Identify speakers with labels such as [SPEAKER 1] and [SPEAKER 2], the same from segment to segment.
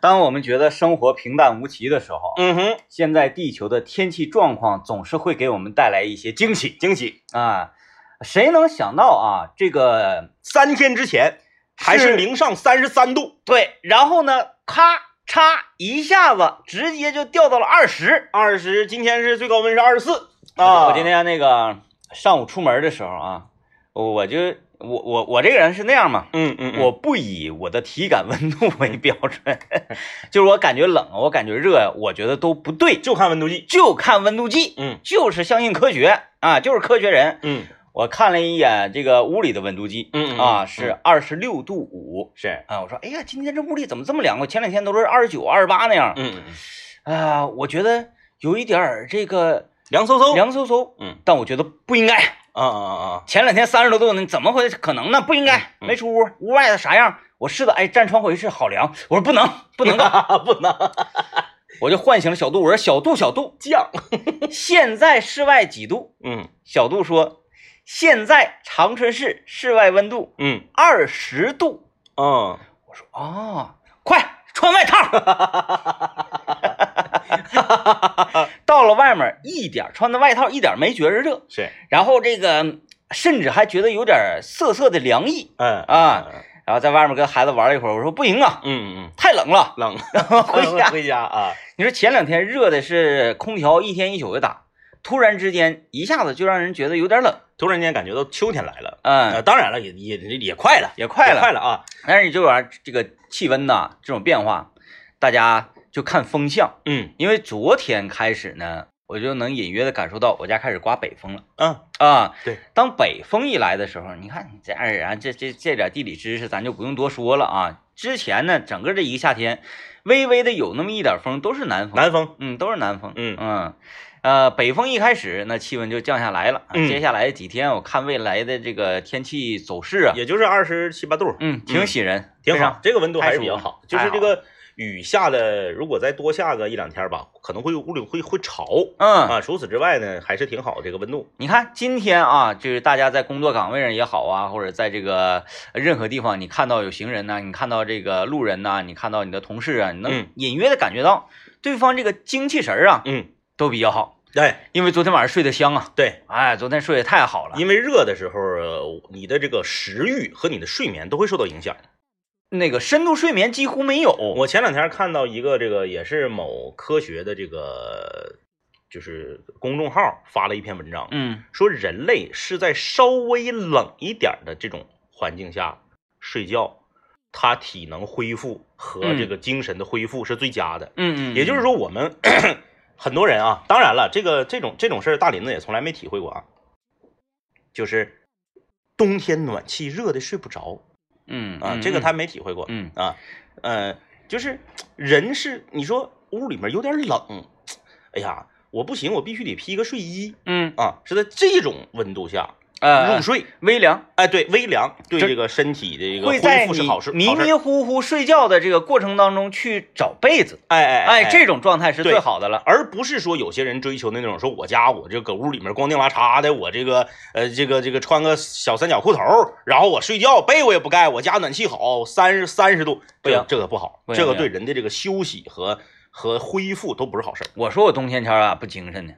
[SPEAKER 1] 当我们觉得生活平淡无奇的时候，
[SPEAKER 2] 嗯哼，
[SPEAKER 1] 现在地球的天气状况总是会给我们带来一些惊喜
[SPEAKER 2] 惊喜！
[SPEAKER 1] 啊！谁能想到啊，这个
[SPEAKER 2] 三天之前还是零上三十三度，
[SPEAKER 1] 对，然后呢，咔嚓一下子直接就掉到了二十
[SPEAKER 2] 二十，今天是最高温是二十四啊！
[SPEAKER 1] 啊！我今天那个上午出门的时候啊，我就我我我这个人是那样嘛，
[SPEAKER 2] 嗯嗯，嗯
[SPEAKER 1] 我不以我的体感温度为标准， 就是我感觉冷，我感觉热，我觉得都不对，
[SPEAKER 2] 就看温度计，
[SPEAKER 1] 就看温度计，
[SPEAKER 2] 嗯
[SPEAKER 1] 就是相信科学啊，就是科学人。
[SPEAKER 2] 嗯
[SPEAKER 1] 我看了一眼这个屋里的温度计，
[SPEAKER 2] 嗯
[SPEAKER 1] 啊，是二十六度五
[SPEAKER 2] 是，
[SPEAKER 1] 啊，我说，哎呀，今天这屋里怎么这么凉快？啊前两天都是二十九、二十八那样，
[SPEAKER 2] 嗯嗯，
[SPEAKER 1] 啊，我觉得有一点儿这个
[SPEAKER 2] 凉飕飕，
[SPEAKER 1] 凉飕飕，
[SPEAKER 2] 嗯
[SPEAKER 1] 但我觉得不应该。
[SPEAKER 2] 啊啊啊啊，
[SPEAKER 1] 前两天三十多度呢，怎么回事？可能呢？不应该，
[SPEAKER 2] 嗯嗯
[SPEAKER 1] 没出屋，屋外的啥样？我试的，哎，站窗户一试，好凉。我说不能，不能 干，
[SPEAKER 2] 啊不能
[SPEAKER 1] 我就唤醒了小杜，我说小杜，小杜，
[SPEAKER 2] 降，
[SPEAKER 1] 现在室外几度？
[SPEAKER 2] 嗯
[SPEAKER 1] 小杜说，现在长春市室外温度
[SPEAKER 2] 嗯
[SPEAKER 1] 二十度。
[SPEAKER 2] 嗯，
[SPEAKER 1] 我说啊，快穿外套。 到了外面，一点穿的外套一点没觉着热，
[SPEAKER 2] 是，
[SPEAKER 1] 然后这个甚至还觉得有点瑟瑟的凉意。
[SPEAKER 2] 嗯
[SPEAKER 1] 啊，然后在外面跟孩子玩了一会儿，我说不行啊，
[SPEAKER 2] 嗯嗯，
[SPEAKER 1] 太冷 了，
[SPEAKER 2] 冷，
[SPEAKER 1] 回家。
[SPEAKER 2] 回家啊，
[SPEAKER 1] 你说前两天热的是空调一天一宿的打，突然之间一下子就让人觉得有点冷，
[SPEAKER 2] 突然间感觉到秋天来了。呃，
[SPEAKER 1] 嗯，
[SPEAKER 2] 当然了，也也也也快了，
[SPEAKER 1] 也快
[SPEAKER 2] 也快
[SPEAKER 1] 了。
[SPEAKER 2] 了啊。
[SPEAKER 1] 但是你这玩意儿这个气温呐，这种变化，大家就看风向，
[SPEAKER 2] 嗯
[SPEAKER 1] 因为昨天开始呢，我就能隐约的感受到我家开始刮北风了。
[SPEAKER 2] 啊，
[SPEAKER 1] 啊，
[SPEAKER 2] 对，
[SPEAKER 1] 当北风一来的时候，你看你这爱尔兰这这这点地理知识，咱就不用多说了啊。之前呢，整个这一个夏天，微微的有那么一点风，都是南风，
[SPEAKER 2] 南风，
[SPEAKER 1] 嗯，都是南风，
[SPEAKER 2] 嗯
[SPEAKER 1] 呃，北风一开始，那气温就降下来了。
[SPEAKER 2] 嗯
[SPEAKER 1] 接下来几天，我看未来的这个天气走势啊，
[SPEAKER 2] 也就是二十七八度，
[SPEAKER 1] 嗯，挺喜人，
[SPEAKER 2] 挺
[SPEAKER 1] 非常
[SPEAKER 2] 好，，这个温度还是比较
[SPEAKER 1] 太舒服
[SPEAKER 2] 好。就是
[SPEAKER 1] 太好
[SPEAKER 2] 这个雨下的，如果再多下个一两天吧，可能会屋里会会潮
[SPEAKER 1] 嗯，
[SPEAKER 2] 啊。除此之外呢，还是挺好这个温度。
[SPEAKER 1] 你看今天啊，就是大家在工作岗位上也好啊，或者在这个任何地方，你看到有行人呐、你看到这个路人呐、你看到你的同事啊，你能
[SPEAKER 2] 嗯
[SPEAKER 1] 隐约的感觉到对方这个精气神儿啊
[SPEAKER 2] 嗯，
[SPEAKER 1] 都比较好，
[SPEAKER 2] 对
[SPEAKER 1] 因为昨天晚上睡得香啊，
[SPEAKER 2] 对，
[SPEAKER 1] 哎，昨天睡得太好了，
[SPEAKER 2] 因为热的时候，呃你的这个食欲和你的睡眠都会受到影响。
[SPEAKER 1] 那个深度睡眠几乎没有，
[SPEAKER 2] 我前两天看到一个这个也是某科学的这个就是公众号发了一篇文章，
[SPEAKER 1] 嗯
[SPEAKER 2] 说人类是在稍微冷一点儿的这种环境下睡觉，他体能恢复和这个精神的恢复是最佳的。
[SPEAKER 1] 嗯嗯，
[SPEAKER 2] 也就是
[SPEAKER 1] 嗯
[SPEAKER 2] 说，我们 很多人啊，当然了，这个这种这种事儿，大林子也从来没体会过啊，就是冬天暖气热的睡不着
[SPEAKER 1] 嗯
[SPEAKER 2] 啊，
[SPEAKER 1] 嗯
[SPEAKER 2] 这个他没体会过。
[SPEAKER 1] 嗯
[SPEAKER 2] 啊，呃，就是人是你说屋里面有点冷，哎呀，我不行，我必须得披个睡衣
[SPEAKER 1] 嗯
[SPEAKER 2] 啊，是在这种温度下
[SPEAKER 1] 呃
[SPEAKER 2] 入睡，
[SPEAKER 1] 微凉
[SPEAKER 2] 哎，对，微凉对
[SPEAKER 1] 这
[SPEAKER 2] 这个身体的一个
[SPEAKER 1] 会
[SPEAKER 2] 恢
[SPEAKER 1] 在
[SPEAKER 2] 复是
[SPEAKER 1] 你
[SPEAKER 2] 好事，
[SPEAKER 1] 迷
[SPEAKER 2] 好事
[SPEAKER 1] 迷糊糊睡觉的这个过程当中去找被子，
[SPEAKER 2] 哎哎
[SPEAKER 1] 哎，这
[SPEAKER 2] 种。
[SPEAKER 1] 种状态是
[SPEAKER 2] 对
[SPEAKER 1] 最好的了。
[SPEAKER 2] 而不是说有些人追求那种说我家我这搁屋里面光腚拉碴的，我这个呃这个这个穿个小三角裤头，然后我睡觉被我也不盖，我家暖气好三十三十度，
[SPEAKER 1] 不
[SPEAKER 2] 这
[SPEAKER 1] 行
[SPEAKER 2] 个这个不好，
[SPEAKER 1] 不行
[SPEAKER 2] 这个
[SPEAKER 1] 不行
[SPEAKER 2] 对人的这个休息和和恢复都不是好事儿，
[SPEAKER 1] 我说我冬天天儿啊不精神呢，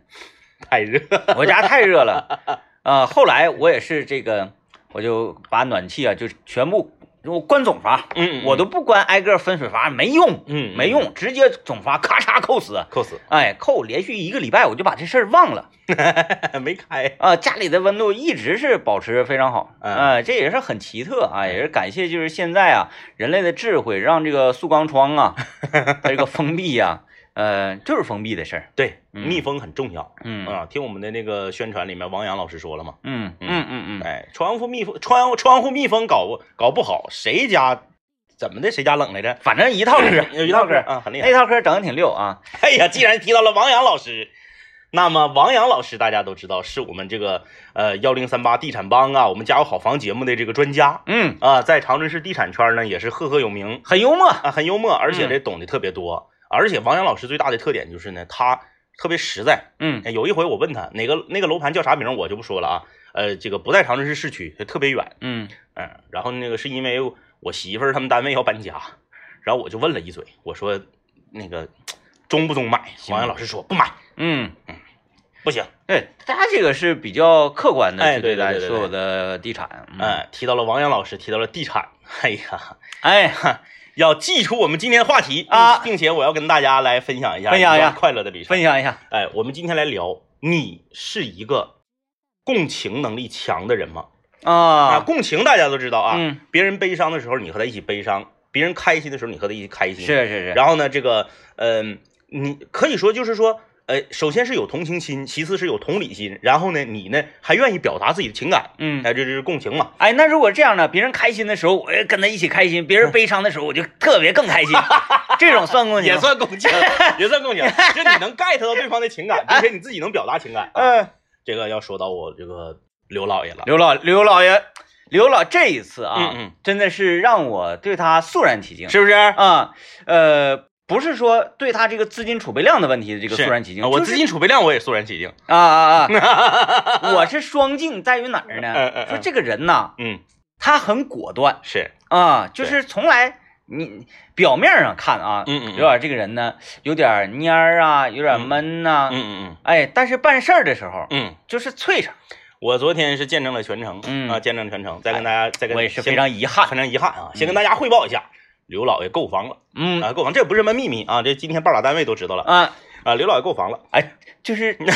[SPEAKER 2] 太热。
[SPEAKER 1] 我家太热了。啊、后来我也是这个，我就把暖气啊，就是全部我关总阀，
[SPEAKER 2] 嗯
[SPEAKER 1] 我
[SPEAKER 2] 我
[SPEAKER 1] 都
[SPEAKER 2] 都
[SPEAKER 1] 不关挨个分水阀，没用，
[SPEAKER 2] 嗯
[SPEAKER 1] 没用，直接总阀咔嚓扣死。
[SPEAKER 2] 扣死，
[SPEAKER 1] 哎，扣连续一个礼拜，我就把这事儿忘了
[SPEAKER 2] 没开。
[SPEAKER 1] 啊、家里的温度一直是保持非常好，
[SPEAKER 2] 嗯
[SPEAKER 1] 呃，这也是很奇特啊，也是感谢就是现在啊，人类的智慧让这个塑钢窗啊，它这个封闭呀、呃，就是封闭的事儿。
[SPEAKER 2] 对，
[SPEAKER 1] 嗯
[SPEAKER 2] 密封很重要
[SPEAKER 1] 嗯
[SPEAKER 2] 啊！听我们的那个宣传里面，王阳老师说了嘛，
[SPEAKER 1] 嗯嗯嗯嗯，
[SPEAKER 2] 哎，窗户密封，窗窗户密封搞不搞不好，谁家怎么的，谁家冷来着？，
[SPEAKER 1] 反正一套嗑
[SPEAKER 2] 有一套歌啊，很厉害
[SPEAKER 1] 那。套嗑整的挺溜啊。
[SPEAKER 2] 哎呀，既然提到了王阳老师，那么王阳老师大家都知道是我们这个呃幺零三八地产帮啊，我们家有好房节目的这个专家
[SPEAKER 1] 嗯，
[SPEAKER 2] 啊，在长春市地产圈呢也是赫赫有名
[SPEAKER 1] 很幽默。
[SPEAKER 2] 啊，很幽默，而且
[SPEAKER 1] 嗯
[SPEAKER 2] 这懂得特别多。而且王阳老师最大的特点就是呢，他特别实在。
[SPEAKER 1] 嗯
[SPEAKER 2] 哎有一回我问他哪个那个楼盘叫啥名儿，我就不说了啊。呃，这个不在长春市市区，特别远。
[SPEAKER 1] 嗯
[SPEAKER 2] 嗯，然后那个是因为我媳妇儿他们单位要搬家，然后我就问了一嘴，我说那个中不中买？王阳老师说不买，
[SPEAKER 1] 嗯，
[SPEAKER 2] 不行。
[SPEAKER 1] 对，他这个是比较客观的
[SPEAKER 2] 哎
[SPEAKER 1] 去
[SPEAKER 2] 对对
[SPEAKER 1] 待
[SPEAKER 2] 对对
[SPEAKER 1] 所有
[SPEAKER 2] 对
[SPEAKER 1] 的地产，嗯，
[SPEAKER 2] 哎，提到了王阳老师，提到了地产，哎呀，
[SPEAKER 1] 哎，
[SPEAKER 2] 要记住我们今天的话题
[SPEAKER 1] 啊
[SPEAKER 2] 并且我要跟大家来分享一下
[SPEAKER 1] 分享一下
[SPEAKER 2] 段快乐的旅程。
[SPEAKER 1] 分享一下，
[SPEAKER 2] 哎，我们今天来聊，你是一个共情能力强的人吗？啊，
[SPEAKER 1] 啊，
[SPEAKER 2] 共情大家都知道啊，
[SPEAKER 1] 嗯
[SPEAKER 2] 别人悲伤的时候你和他一起悲伤，别人开心的时候你和他一起开心。
[SPEAKER 1] 是。是是，
[SPEAKER 2] 嗯然后呢，这个，嗯、你可以说就是说，呃，首先是有同情心，其次是有同理心，然后呢，你呢还愿意表达自己的情感，
[SPEAKER 1] 嗯，
[SPEAKER 2] 哎，这就是共情嘛。
[SPEAKER 1] 哎，那如果这样呢？别人开心的时候，我也跟他一起开心；别
[SPEAKER 2] 嗯
[SPEAKER 1] 人悲伤的时候，我就特别更开 心。这种算共情
[SPEAKER 2] 也
[SPEAKER 1] 吗？
[SPEAKER 2] 算 共情，也算共情，就你能 get 到对方的 情感，并且你自己能表达情感。啊，
[SPEAKER 1] 嗯、
[SPEAKER 2] 这个要说到我这个刘老爷了。
[SPEAKER 1] 刘老刘老爷，刘老这一次啊，
[SPEAKER 2] 嗯嗯嗯
[SPEAKER 1] 真的是让我对他肃然起敬。
[SPEAKER 2] 是不是？
[SPEAKER 1] 啊，呃，不是说对他这个资金储备量的问题的这
[SPEAKER 2] 这
[SPEAKER 1] 个肃然起敬，
[SPEAKER 2] 啊我
[SPEAKER 1] 就是
[SPEAKER 2] 资金储备量我也肃然起敬。
[SPEAKER 1] 啊啊 啊！我是双敬在于哪儿
[SPEAKER 2] 嗯嗯
[SPEAKER 1] 呢？
[SPEAKER 2] 嗯
[SPEAKER 1] 说这个人呐，
[SPEAKER 2] 嗯，
[SPEAKER 1] 他很果断
[SPEAKER 2] 是，
[SPEAKER 1] 啊，就是从来你表面上看啊，
[SPEAKER 2] 嗯嗯嗯
[SPEAKER 1] 刘老这个人呢，有点蔫儿啊，有点闷呐、
[SPEAKER 2] 嗯嗯
[SPEAKER 1] 哎，但是办事儿的时候
[SPEAKER 2] 嗯嗯，
[SPEAKER 1] 就是脆声，
[SPEAKER 2] 我昨天是见证了全程，
[SPEAKER 1] 嗯
[SPEAKER 2] 啊，见证全程，再跟大家再跟
[SPEAKER 1] 我也是
[SPEAKER 2] 先
[SPEAKER 1] 非常遗憾。
[SPEAKER 2] 非常遗憾啊，先跟大家汇报一下，刘老爷购房了
[SPEAKER 1] 嗯
[SPEAKER 2] 啊，购房这不是什么秘密啊，这今天报俩单位都知道了
[SPEAKER 1] 啊，
[SPEAKER 2] 啊，刘老爷购房了，
[SPEAKER 1] 哎，就是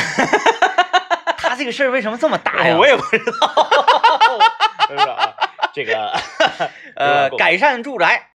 [SPEAKER 1] 他这个事儿为什么这么大哎呀
[SPEAKER 2] 我？也不 知道，是不是啊？这个
[SPEAKER 1] 呃，
[SPEAKER 2] 刘老爷购房
[SPEAKER 1] 改善住宅，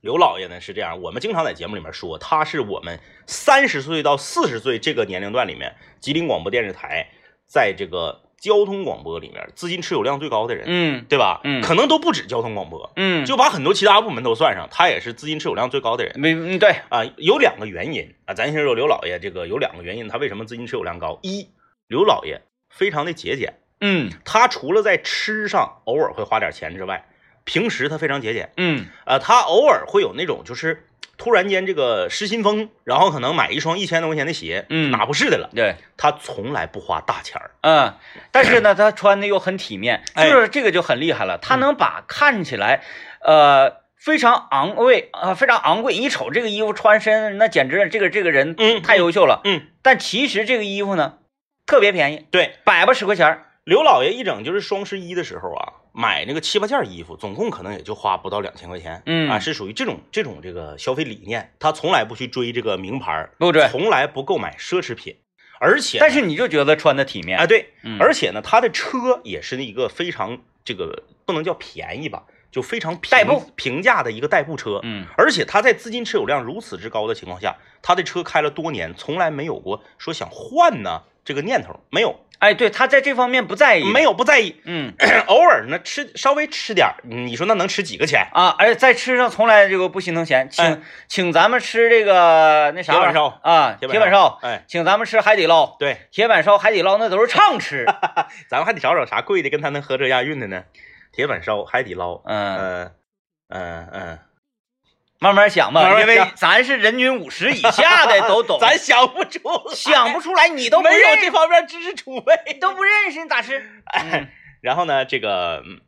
[SPEAKER 2] 刘老爷呢是这样，我们经常在节目里面说，他是我们三十岁到四十岁这个年龄段里面，吉林广播电视台在这个交通广播里面资金持有量最高的人，
[SPEAKER 1] 嗯
[SPEAKER 2] 对吧？
[SPEAKER 1] 嗯
[SPEAKER 2] 可能都不止交通广播，
[SPEAKER 1] 嗯，
[SPEAKER 2] 就把很多其他部门都算上，他也是资金持有量最高的人
[SPEAKER 1] 没嗯对，
[SPEAKER 2] 啊、有两个原因啊，咱先说刘老爷这个有两个原因，他为什么资金持有量高？一，刘老爷非常的节俭，
[SPEAKER 1] 嗯
[SPEAKER 2] 他除了在吃上偶尔会花点钱之外，平时他非常节俭。
[SPEAKER 1] 嗯
[SPEAKER 2] 呃，他偶尔会有那种就是突然间这个失心疯，然后可能买一双一千多块钱的鞋，
[SPEAKER 1] 嗯
[SPEAKER 2] 哪不是的了。
[SPEAKER 1] 对。
[SPEAKER 2] 他从来不花大钱儿，
[SPEAKER 1] 嗯，但是呢，他穿的又很体面，就
[SPEAKER 2] 哎嗯
[SPEAKER 1] 是这个就很厉害了。他能把看起来，呃，非常昂贵啊、非常昂贵，你一瞅这个衣服穿身，那简直这个这个人
[SPEAKER 2] 嗯
[SPEAKER 1] 太优秀了。
[SPEAKER 2] 嗯，
[SPEAKER 1] 但其实这个衣服呢，特别便宜，
[SPEAKER 2] 对，
[SPEAKER 1] 百八十块钱儿。
[SPEAKER 2] 刘老爷一整就是双十一的时候啊，买那个七八件衣服，总共可能也就花不到两千块钱。
[SPEAKER 1] 嗯
[SPEAKER 2] 啊，是属于这种这种这个消费理念，他从来不去追这个名牌儿，
[SPEAKER 1] 不对
[SPEAKER 2] 从来不购买奢侈品，而且呢
[SPEAKER 1] 但是你就觉得穿的体面，
[SPEAKER 2] 啊，对，
[SPEAKER 1] 嗯
[SPEAKER 2] 而且呢，他的车也是一个非常这个不能叫便宜吧，就非常平
[SPEAKER 1] 代步
[SPEAKER 2] 平价的一个代步车。
[SPEAKER 1] 嗯
[SPEAKER 2] 而且他在资金持有量如此之高的情况下，他的车开了多年，从来没有过说想换呢这个念头，没有，
[SPEAKER 1] 哎，对他在这方面不在意，
[SPEAKER 2] 没有不在意，
[SPEAKER 1] 嗯
[SPEAKER 2] 偶尔呢吃稍微吃点儿，嗯你说那能吃几个钱？
[SPEAKER 1] 啊，而且在吃上从来这个不心疼钱，请、
[SPEAKER 2] 哎
[SPEAKER 1] 请咱们吃这个那啥
[SPEAKER 2] 铁
[SPEAKER 1] 玩意儿
[SPEAKER 2] 板烧
[SPEAKER 1] 啊，
[SPEAKER 2] 铁
[SPEAKER 1] 铁
[SPEAKER 2] 板
[SPEAKER 1] 板
[SPEAKER 2] 烧
[SPEAKER 1] 烧，
[SPEAKER 2] 哎，
[SPEAKER 1] 请咱们吃海底捞，
[SPEAKER 2] 对，
[SPEAKER 1] 铁板烧、海底捞那都是畅 吃。
[SPEAKER 2] 咱们还得找找啥贵的跟他能合辙押韵的呢？铁板烧、海底捞，
[SPEAKER 1] 嗯，
[SPEAKER 2] 呃，嗯嗯，
[SPEAKER 1] 慢慢想吧，
[SPEAKER 2] 慢慢
[SPEAKER 1] 因为
[SPEAKER 2] 想
[SPEAKER 1] 咱是人均五十以下 的都懂，
[SPEAKER 2] 咱想不出来，
[SPEAKER 1] 想不出来，你都不
[SPEAKER 2] 没有
[SPEAKER 1] 认
[SPEAKER 2] 这
[SPEAKER 1] 识，
[SPEAKER 2] 方面知识哎储备。
[SPEAKER 1] 你都不认识，你咋吃？嗯
[SPEAKER 2] 然后呢，这个嗯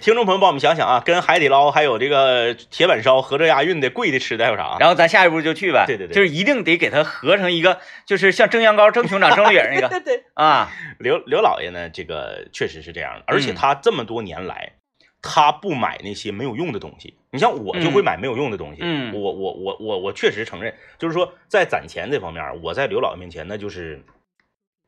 [SPEAKER 2] 听众朋友帮我们想想啊，跟海底捞还有这个铁板烧合着押韵的贵的吃的还有啥？
[SPEAKER 1] 然后咱下一步就去呗，
[SPEAKER 2] 对对对
[SPEAKER 1] 就是一定得给它合成一个，就是像蒸羊羔、蒸熊掌、蒸鹿尾儿那 个
[SPEAKER 2] 对对，
[SPEAKER 1] 啊，
[SPEAKER 2] 刘刘老爷呢，这个确实是这样的，
[SPEAKER 1] 嗯
[SPEAKER 2] 而且他这么多年来。他不买那些没有用的东西，你像我就会买没有用的东西。
[SPEAKER 1] 嗯嗯
[SPEAKER 2] 我我我我我确实承认，就是说在攒钱这方面，我在刘老爷面前那就是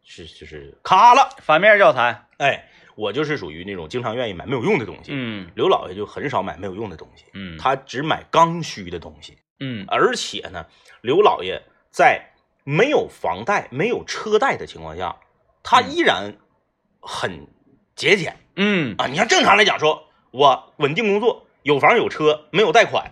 [SPEAKER 2] 是就是卡了。
[SPEAKER 1] 反面教材。
[SPEAKER 2] 哎，我就是属于那种经常愿意买没有用的东西。
[SPEAKER 1] 嗯
[SPEAKER 2] 刘老爷就很少买没有用的东西，
[SPEAKER 1] 嗯，
[SPEAKER 2] 他只买刚需的东西。
[SPEAKER 1] 嗯
[SPEAKER 2] 而且呢，刘老爷在没有房贷、没有车贷的情况下，他依然很节俭
[SPEAKER 1] 嗯
[SPEAKER 2] 啊。你像正常来讲说，我稳定工作，有房有车，没有贷款，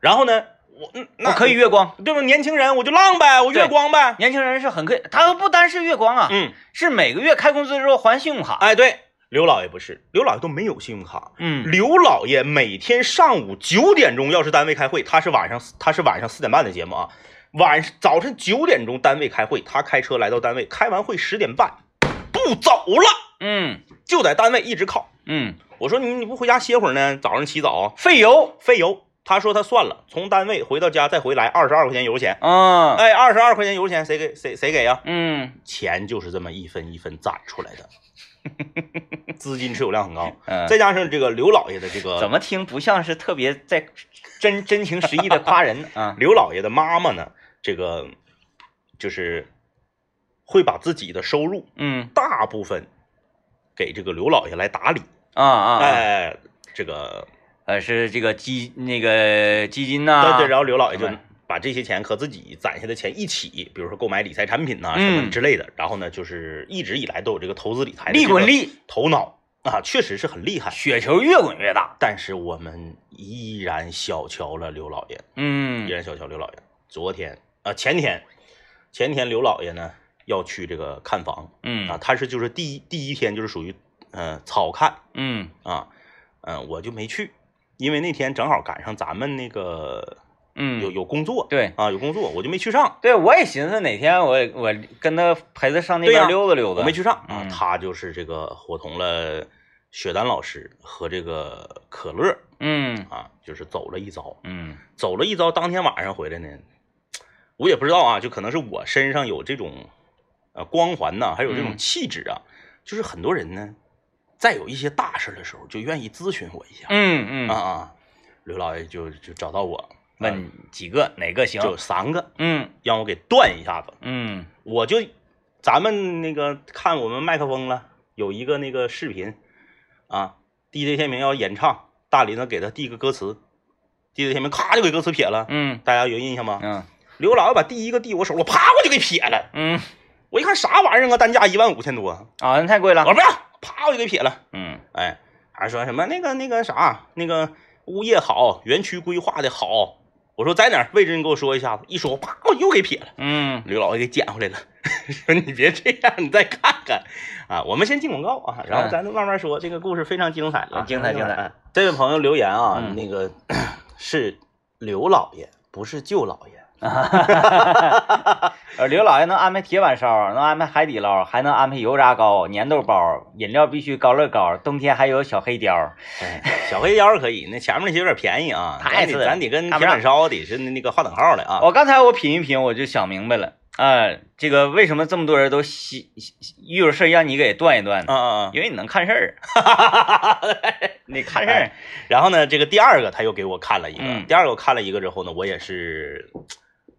[SPEAKER 2] 然后呢，我嗯那
[SPEAKER 1] 我可以啊月光。
[SPEAKER 2] 对吧？年轻人我就浪呗，我月光呗，
[SPEAKER 1] 年轻人是很可以，他不单是月光啊，
[SPEAKER 2] 嗯，
[SPEAKER 1] 是每个月开工资之后还信用卡。
[SPEAKER 2] 哎对，刘老爷不是，刘老爷都没有信用卡。
[SPEAKER 1] 嗯
[SPEAKER 2] 刘老爷每天上午九点钟要是单位开会，他是晚上他是晚上四点半的节目啊，晚早晨九点钟单位开会，他开车来到单位，开完会十点半不走了，
[SPEAKER 1] 嗯
[SPEAKER 2] 就在单位一直靠。
[SPEAKER 1] 嗯，
[SPEAKER 2] 我说你你不回家歇会儿呢？早上起早啊
[SPEAKER 1] 费油。
[SPEAKER 2] 费油，他说他算了，从单位回到家再回来二十二块钱油钱。
[SPEAKER 1] 啊，
[SPEAKER 2] 哎，二十二块钱油钱谁给谁谁给呀、
[SPEAKER 1] 嗯
[SPEAKER 2] 钱就是这么一分一分攒出来 的，资金持有量很高。
[SPEAKER 1] 嗯，
[SPEAKER 2] 再加上这个刘老爷的这个
[SPEAKER 1] 怎么听不像是特别在真真情实意的夸人 呢啊？
[SPEAKER 2] 刘老爷的妈妈呢，这个就是会把自己的收入
[SPEAKER 1] 嗯
[SPEAKER 2] 大部分给这个刘老爷来打理，
[SPEAKER 1] 啊啊，啊
[SPEAKER 2] 哎，这个
[SPEAKER 1] 呃是这个基那个基金呐、
[SPEAKER 2] 对对，然后刘老爷就
[SPEAKER 1] 啊明白
[SPEAKER 2] 把这些钱和自己攒下的钱一起，比如说购买理财产品呐、
[SPEAKER 1] 嗯
[SPEAKER 2] 什么之类的，然后呢，就是一直以来都有这个投资理财的
[SPEAKER 1] 利滚利，
[SPEAKER 2] 头脑啊，确实是很厉害，
[SPEAKER 1] 雪球越滚越大。
[SPEAKER 2] 但是我们依然小瞧了刘老爷。依
[SPEAKER 1] 嗯
[SPEAKER 2] 然小瞧刘老爷。昨天啊、前天，前天刘老爷呢要去这个看房啊，
[SPEAKER 1] 嗯
[SPEAKER 2] 他是就是第一第一天就是属于呃草看
[SPEAKER 1] 嗯
[SPEAKER 2] 啊，嗯、我就没去，因为那天正好赶上咱们那个
[SPEAKER 1] 嗯，
[SPEAKER 2] 有有工作
[SPEAKER 1] 对
[SPEAKER 2] 啊有工作，我就没去上，
[SPEAKER 1] 对，我也寻思哪天我我跟他陪他上那
[SPEAKER 2] 对呀
[SPEAKER 1] 边溜达溜达。
[SPEAKER 2] 我没去上啊，
[SPEAKER 1] 嗯
[SPEAKER 2] 他就是这个伙同了雪丹老师和这个可乐
[SPEAKER 1] 嗯
[SPEAKER 2] 啊，就是走了一遭，
[SPEAKER 1] 嗯
[SPEAKER 2] 走了一遭，当天晚上回来呢，我也不知道啊，就可能是我身上有这种呃光环呐、还有这种
[SPEAKER 1] 嗯
[SPEAKER 2] 气质啊，就是很多人呢，在有一些大事的时候，就愿意咨询我一下、
[SPEAKER 1] 嗯嗯，
[SPEAKER 2] 啊啊。刘老爷就就找到我，呃
[SPEAKER 1] 问几个哪个行？
[SPEAKER 2] 就三个，
[SPEAKER 1] 嗯
[SPEAKER 2] 让我给断一下子。
[SPEAKER 1] 嗯
[SPEAKER 2] 我就咱们那个看我们麦克风了，有一个那个视频啊，DJ 天明要演唱，大林子给他递个歌词，DJ 天明咔就给歌词撇了，
[SPEAKER 1] 嗯
[SPEAKER 2] 大家有印象吗？
[SPEAKER 1] 嗯
[SPEAKER 2] 刘老爷把第一个递我手，我啪我就给撇了。
[SPEAKER 1] 嗯
[SPEAKER 2] 我一看啥玩意儿啊，单价一万五千多，我
[SPEAKER 1] 啊，那太贵了。
[SPEAKER 2] 说不要，啪我就给撇了。
[SPEAKER 1] 嗯
[SPEAKER 2] 哎，还说什么那个那个啥，那个物业好，园区规划的好。我说在哪儿位置，你给我说一下子。一说，我啪我又给撇了。
[SPEAKER 1] 嗯
[SPEAKER 2] 刘老爷给捡回来了， 说你别这样，你再看看啊。我们先进广告啊，然后咱慢慢说。这个故事非常精彩啊，
[SPEAKER 1] 嗯精彩精彩
[SPEAKER 2] 哎。这位朋友留言啊，
[SPEAKER 1] 嗯
[SPEAKER 2] 那个 是刘老爷，不是舅老爷。
[SPEAKER 1] 呃，刘老爷能安排铁板烧，能安排海底捞，还能安排油炸糕、粘豆包，饮料必须高乐高，冬天还有小黑貂。
[SPEAKER 2] 哎，小黑腰可以，那前面那些有点便宜啊，
[SPEAKER 1] 太
[SPEAKER 2] 咱
[SPEAKER 1] 次
[SPEAKER 2] 得
[SPEAKER 1] 了
[SPEAKER 2] 咱得跟
[SPEAKER 1] 看不
[SPEAKER 2] 铁
[SPEAKER 1] 上哦
[SPEAKER 2] 板烧得是那个划等号的啊。
[SPEAKER 1] 我刚才我品一品，我就想明白了，哎，这个为什么这么多人都喜遇有事儿让你给断一断呢？
[SPEAKER 2] 啊啊
[SPEAKER 1] 因为你能看事 儿，
[SPEAKER 2] 啊！
[SPEAKER 1] 你看事儿，
[SPEAKER 2] 然后呢，这个第二个他又给我看了一个，
[SPEAKER 1] 嗯
[SPEAKER 2] 第二个我看了一个之后呢，我也是，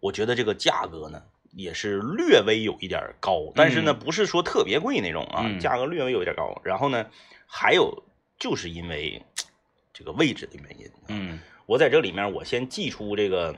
[SPEAKER 2] 我觉得这个价格呢也是略微有一点高，但是呢不是说特别贵那种啊，
[SPEAKER 1] 嗯
[SPEAKER 2] 价格略微有一点高。然后呢，还有就是因为这个位置的原因，
[SPEAKER 1] 嗯
[SPEAKER 2] 我在这里面我先寄出这个，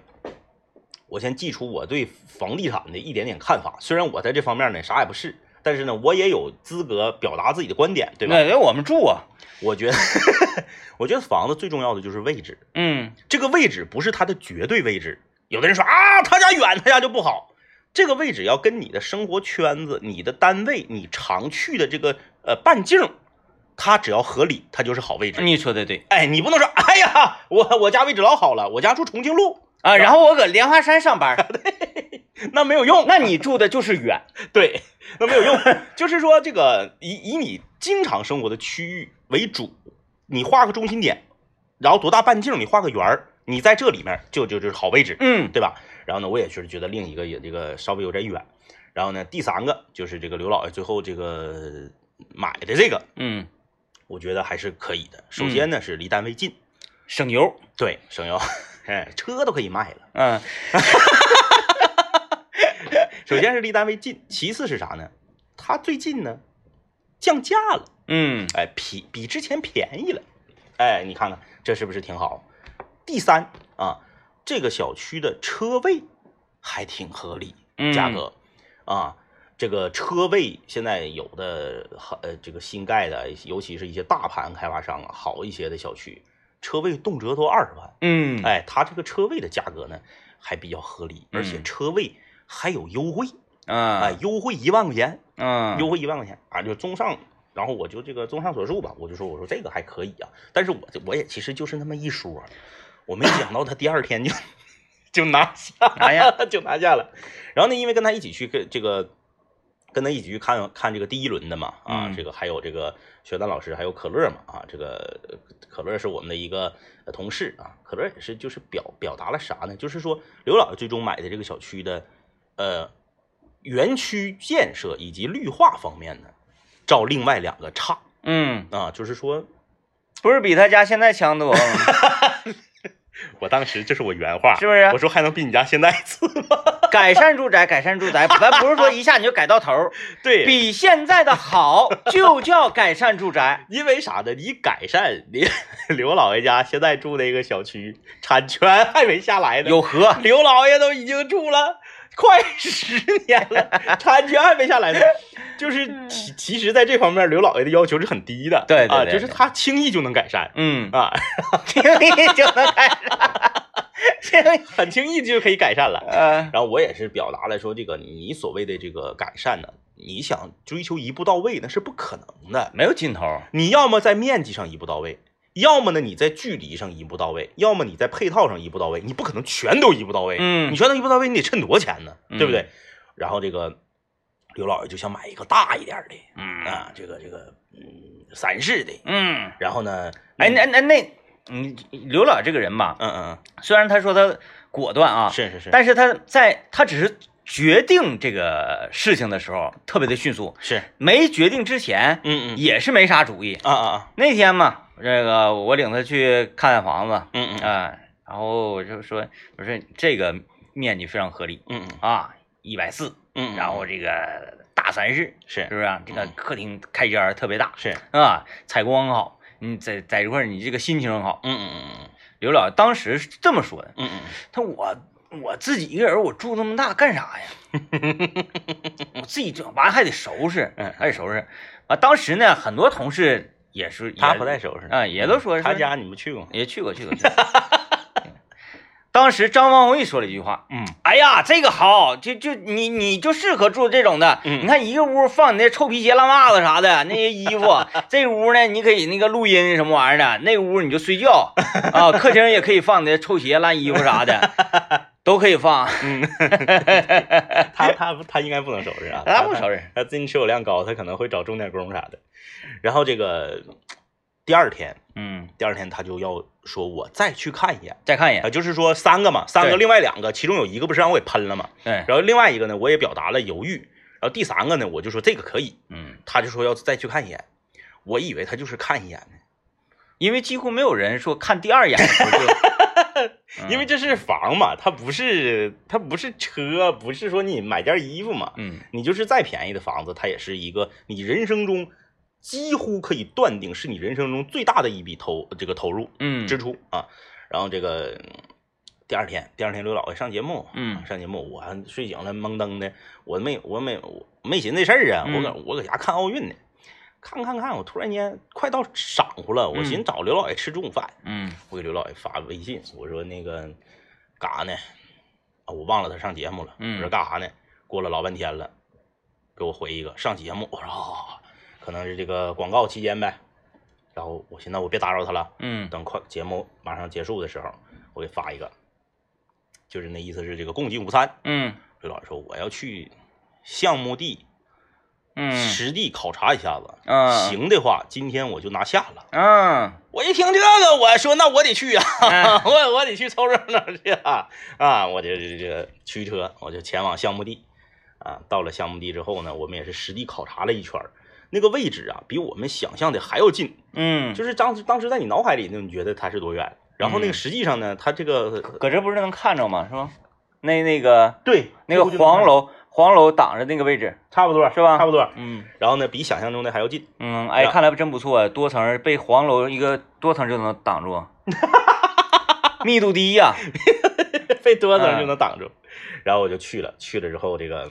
[SPEAKER 2] 我先寄出我对房地产的一点点看法。虽然我在这方面呢啥也不是，但是呢我也有资格表达自己的观点，对吧？
[SPEAKER 1] 那我们住啊，
[SPEAKER 2] 我觉得， 我觉得房子最重要的就是位置，
[SPEAKER 1] 嗯
[SPEAKER 2] 这个位置不是它的绝对位置。有的人说啊，他家远，他家就不好。这个位置要跟你的生活圈子、你的单位、你常去的这个呃半径，它只要合理，它就是好位置。
[SPEAKER 1] 你说的对
[SPEAKER 2] 哎，你不能说，哎呀，我我家位置老好了，我家住重庆路，
[SPEAKER 1] 啊。然后我搁莲花山上班 儿，
[SPEAKER 2] 那没有用，
[SPEAKER 1] 那你住的就是远，
[SPEAKER 2] 对，那没有用。就是说，这个以以你经常生活的区域为主，你画个中心点，然后多大半径你画个圆儿，你在这里面就就就是好位置，
[SPEAKER 1] 嗯
[SPEAKER 2] 对吧？然后呢，我也是觉得另一个也这个稍微有点远。然后呢，第三个就是这个刘老爷最后这个买的这个，
[SPEAKER 1] 嗯，
[SPEAKER 2] 我觉得还是可以的。首先呢是离单位近，
[SPEAKER 1] 省油，
[SPEAKER 2] 对，省油，哎，车都可以卖了。
[SPEAKER 1] 嗯
[SPEAKER 2] 首先是离单位近，其次是啥呢？它最近呢降价了。
[SPEAKER 1] 嗯
[SPEAKER 2] 哎，比比之前便宜了，哎，你看看这是不是挺好？第三啊，这个小区的车位还挺合理，
[SPEAKER 1] 嗯
[SPEAKER 2] 价格、啊，这个车位现在有的呃，这个新盖的，尤其是一些大盘开发商啊，好一些的小区，车位动辄都二十万，
[SPEAKER 1] 嗯，
[SPEAKER 2] 哎，它这个车位的价格呢还比较合理，而且
[SPEAKER 1] 嗯
[SPEAKER 2] 车位还有优惠，哎
[SPEAKER 1] 嗯，
[SPEAKER 2] 优惠一万块钱，
[SPEAKER 1] 嗯
[SPEAKER 2] 优惠一万块钱啊，就综上，然后我就这个综上所述吧，我就说我说这个还可以啊，但是我这我也其实就是那么一说，我没想到他第二天就就拿下
[SPEAKER 1] 拿下哎
[SPEAKER 2] 哎 了，就拿下了。然后呢，因为跟他一起去跟这个跟他一起去看看这个第一轮的嘛，啊，
[SPEAKER 1] 嗯
[SPEAKER 2] 这个还有这个雪丹老师，还有可乐嘛，啊，这个呃可乐是我们的一个呃同事啊，可乐也是就是表表达了啥呢？就是说刘老师最终买的这个小区的，呃，园区建设以及绿化方面呢，照另外两个差
[SPEAKER 1] 嗯，
[SPEAKER 2] 啊，就是说
[SPEAKER 1] 不是比他家现在强 多嗯吗？
[SPEAKER 2] 我当时这是啊我原话，
[SPEAKER 1] 是不是
[SPEAKER 2] 我说还能比你家现在次吗？
[SPEAKER 1] 改善住宅，改善住 宅，咱不是说一下你就改到头儿，
[SPEAKER 2] 对，
[SPEAKER 1] 比现在的好就叫改善住宅。
[SPEAKER 2] 因为啥呢？你改善你刘老爷家现在住那个小区，产权还没下来呢。
[SPEAKER 1] 有河，
[SPEAKER 2] 刘老爷都已经住了快十年了，产权还没下来呢。就是其其实，在这方面，刘老爷的要求是很低的，
[SPEAKER 1] 对对
[SPEAKER 2] 啊，
[SPEAKER 1] 对
[SPEAKER 2] 就是他轻易就能改善
[SPEAKER 1] 嗯，
[SPEAKER 2] 啊，
[SPEAKER 1] 轻易就能改善，轻易，
[SPEAKER 2] 很轻易就可以改善了。
[SPEAKER 1] 呃，
[SPEAKER 2] 然后我也是表达了说，这个你所谓的这个改善呢，你想追求一步到位，那是不可能的。
[SPEAKER 1] 没有尽头。
[SPEAKER 2] 你要么在面积上一步到位，要么呢你在距离上一步到位，要么你在配套上一步到位，你不可能全都一步到位。
[SPEAKER 1] 嗯
[SPEAKER 2] 你全都一步到位，你得趁多少钱呢？
[SPEAKER 1] 嗯
[SPEAKER 2] 对不对？然后这个刘老爷就想买一个大一点的
[SPEAKER 1] 嗯
[SPEAKER 2] 啊，这个这个嗯散式的。
[SPEAKER 1] 嗯，
[SPEAKER 2] 然后呢，
[SPEAKER 1] 哎，那那那，你刘老这个人吧，
[SPEAKER 2] 嗯嗯
[SPEAKER 1] 虽然他说他果断啊
[SPEAKER 2] 嗯，，是是是，
[SPEAKER 1] 但是他在他只是决定这个事情的时候特别的迅速，
[SPEAKER 2] 是
[SPEAKER 1] 没决定之前
[SPEAKER 2] 嗯嗯
[SPEAKER 1] 也是没啥主意。
[SPEAKER 2] 啊啊啊
[SPEAKER 1] 那天嘛，这个我领他去看房子，
[SPEAKER 2] 嗯嗯嗯
[SPEAKER 1] 啊，然后我就说，我说这个面积非常合理
[SPEAKER 2] 嗯
[SPEAKER 1] 啊，一百四，
[SPEAKER 2] 嗯，
[SPEAKER 1] 然后这个大三室
[SPEAKER 2] 是
[SPEAKER 1] 是不是啊、这个
[SPEAKER 2] 嗯
[SPEAKER 1] 客厅开间儿特别大
[SPEAKER 2] 是
[SPEAKER 1] 啊，采光很好，你在在这块儿你这个心情很好。
[SPEAKER 2] 嗯嗯嗯
[SPEAKER 1] 刘老当时是这么说的，
[SPEAKER 2] 嗯嗯
[SPEAKER 1] 他说我我自己一个人我住那么大干啥呀？我自己就完了还得收拾，
[SPEAKER 2] 嗯
[SPEAKER 1] 还得收拾。啊，当时呢，很多同事也是，
[SPEAKER 2] 他
[SPEAKER 1] 也
[SPEAKER 2] 不带收拾
[SPEAKER 1] 啊，也都说是
[SPEAKER 2] 嗯他家你们去过吗？
[SPEAKER 1] 也去过，去过，去过。 当时张方慧说了一句话
[SPEAKER 2] 嗯，：“
[SPEAKER 1] 哎呀，这个好，就就你你就适合住这种的。
[SPEAKER 2] 嗯
[SPEAKER 1] 你看一个屋放你那臭皮鞋、烂袜子啥 的，那些衣服，这屋呢你可以那个录音什么玩意儿的，那屋你就睡 觉啊。客厅也可以放你的臭鞋、烂衣服啥的， 都可以放。
[SPEAKER 2] 嗯 他他他应该不能收拾啊，
[SPEAKER 1] 咱不收拾。
[SPEAKER 2] 他最近持有量高，他可能会找钟点工啥的。然后这个第二天，
[SPEAKER 1] 嗯，
[SPEAKER 2] 第二天他就要说我再去看一眼
[SPEAKER 1] 再看一
[SPEAKER 2] 啊，
[SPEAKER 1] 眼，
[SPEAKER 2] 就是说三个嘛，三个，
[SPEAKER 1] 对
[SPEAKER 2] 另外两个，其中有一个不是让我给喷了嘛，
[SPEAKER 1] 对，
[SPEAKER 2] 然后另外一个呢，我也表达了犹豫，然后第三个呢，我就说这个可以，
[SPEAKER 1] 嗯，
[SPEAKER 2] 他就说要再去看一眼，我以为他就是看一眼呢，
[SPEAKER 1] 因为几乎没有人说看第二眼的不是，嗯
[SPEAKER 2] 因为这是房嘛，它不是它不是车，不是说你买件衣服 嘛，
[SPEAKER 1] 嗯
[SPEAKER 2] 你就是再便宜的房子，它也是一个你人生中几乎可以断定是你人生中最大的一笔投这个投入
[SPEAKER 1] 嗯
[SPEAKER 2] 支出啊。然后这个嗯第二天，第二天刘老爷上节目，啊
[SPEAKER 1] 嗯
[SPEAKER 2] 上节目我还睡醒了懵登的，我没我没我没寻思这事儿啊，我搁
[SPEAKER 1] 嗯
[SPEAKER 2] 我搁家看奥运呢。看看看，我突然间快到晌午了，我寻思找刘老爷吃中午饭，
[SPEAKER 1] 嗯
[SPEAKER 2] 我给刘老爷发微信，我说那个干啥呢？啊，我忘了他上节目了。
[SPEAKER 1] 嗯
[SPEAKER 2] 我说干啥呢？过了老半天了，给我回一个上节目。我说哦，可能是这个广告期间呗。然后我寻思我别打扰他了，
[SPEAKER 1] 嗯
[SPEAKER 2] 等快节目马上结束的时候，我给发一个，就是那意思是这个共进午餐。
[SPEAKER 1] 嗯
[SPEAKER 2] 刘老师说我要去项目地
[SPEAKER 1] 嗯，
[SPEAKER 2] 实地考察一下子，
[SPEAKER 1] 啊
[SPEAKER 2] 行的话今天我就拿下了。
[SPEAKER 1] 啊。
[SPEAKER 2] 我一听这个，我说那我得去啊，
[SPEAKER 1] 哎
[SPEAKER 2] 我我得去凑热闹去啊啊！我就这个驱车，我就前往项目地啊。到了项目地之后呢，我们也是实地考察了一圈儿，那个位置啊，比我们想象的还要近。
[SPEAKER 1] 嗯，
[SPEAKER 2] 就是当时当时在你脑海里呢，你觉得它是多远？然后那个
[SPEAKER 1] 嗯
[SPEAKER 2] 实际上呢，它这个
[SPEAKER 1] 搁这不是能看着吗？是吧？那那个
[SPEAKER 2] 对
[SPEAKER 1] 那个
[SPEAKER 2] 这不就
[SPEAKER 1] 黄楼，黄楼挡着那个位置，
[SPEAKER 2] 差不多
[SPEAKER 1] 是吧
[SPEAKER 2] 差不多。
[SPEAKER 1] 嗯
[SPEAKER 2] 然后呢，比想象中的还要近。
[SPEAKER 1] 嗯，哎，
[SPEAKER 2] 啊
[SPEAKER 1] 看来真不错，多层儿被黄楼一个多层就能挡 住，密度低呀、
[SPEAKER 2] 被多层
[SPEAKER 1] 嗯
[SPEAKER 2] 就能挡住。然后我就去了，去了之后，这个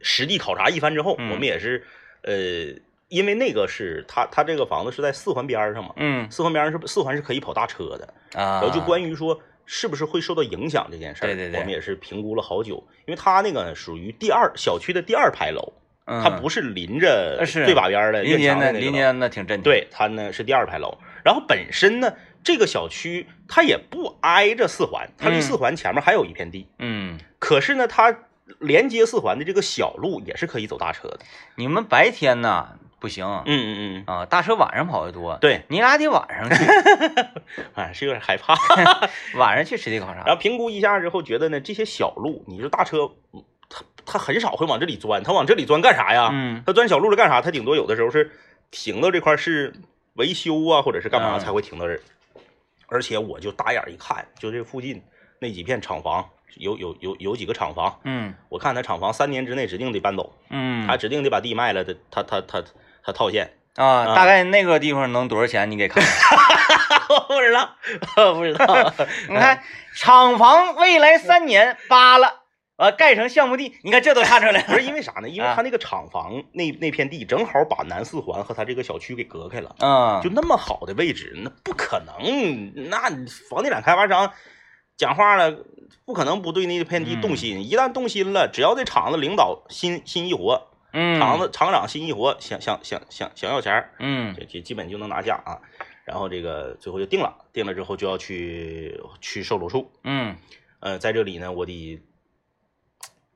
[SPEAKER 2] 实地考察一番之后，
[SPEAKER 1] 嗯
[SPEAKER 2] 我们也是呃，因为那个是他他这个房子是在四环边儿上嘛，
[SPEAKER 1] 嗯
[SPEAKER 2] 四环边儿上是四环是可以跑大车的，
[SPEAKER 1] 啊，
[SPEAKER 2] 然后就关于说。是不是会受到影响这件事儿？
[SPEAKER 1] 对对对
[SPEAKER 2] 我们也是评估了好久，因为它那个属于第二小区的第二排楼，
[SPEAKER 1] 嗯，
[SPEAKER 2] 它不是临着
[SPEAKER 1] 呃是
[SPEAKER 2] 最把边儿的
[SPEAKER 1] 林
[SPEAKER 2] 院
[SPEAKER 1] 间
[SPEAKER 2] 墙
[SPEAKER 1] 的
[SPEAKER 2] 那个
[SPEAKER 1] 林
[SPEAKER 2] 楼
[SPEAKER 1] 间的挺真，，
[SPEAKER 2] 对，它呢是第二排楼。然后本身呢，这个小区它也不挨着四环，它离
[SPEAKER 1] 嗯
[SPEAKER 2] 四环前面还有一片地。
[SPEAKER 1] 嗯
[SPEAKER 2] 可是呢，它连接四环的这个小路也是可以走大车的。
[SPEAKER 1] 你们白天呐不行
[SPEAKER 2] 嗯嗯
[SPEAKER 1] 啊，大车晚上跑得多
[SPEAKER 2] 嗯，，对，
[SPEAKER 1] 你俩得晚上 去，
[SPEAKER 2] 啊是有点害 怕。
[SPEAKER 1] 晚上去吃地烤
[SPEAKER 2] 然
[SPEAKER 1] 肠。
[SPEAKER 2] 后评估一下之后，觉得呢这些小路，你说大车，嗯它它很少会往这里钻，它往这里钻干啥呀？
[SPEAKER 1] 嗯，
[SPEAKER 2] 它钻小路了干啥？它顶多有的时候是停到这块儿是维修啊，或者是干嘛
[SPEAKER 1] 嗯
[SPEAKER 2] 才会停到这儿。而且我就打眼儿一看，就这附近那几片厂房，有有有有几个厂房，
[SPEAKER 1] 嗯
[SPEAKER 2] 我看他厂房三年之内指定得搬走，
[SPEAKER 1] 嗯
[SPEAKER 2] 他指定得把地卖了，他他他他他套现。
[SPEAKER 1] 啊，大概那个地方能多少钱？你给看看。
[SPEAKER 2] 不知道，不 知道。
[SPEAKER 1] 你看，厂房未来三年扒了，呃，盖成项目地，你看这都看出来
[SPEAKER 2] 不
[SPEAKER 1] 了。
[SPEAKER 2] 是因为啥
[SPEAKER 1] 啊
[SPEAKER 2] 呢？因为他那个厂房那那片地正好把南四环和他这个小区给隔开了，
[SPEAKER 1] 嗯，
[SPEAKER 2] 就那么好的位置，那不可能。那房地产开发商讲话了，不可能不对那片地
[SPEAKER 1] 嗯
[SPEAKER 2] 动心。一旦动心了，只要这厂子领导心心一活，
[SPEAKER 1] 嗯，
[SPEAKER 2] 厂子厂长心一活，想想想想想要钱儿，
[SPEAKER 1] 嗯
[SPEAKER 2] 这这基本就能拿下啊。然后这个最后就定了，定了之后就要去去售楼处。
[SPEAKER 1] 嗯
[SPEAKER 2] 呃，在这里呢，我得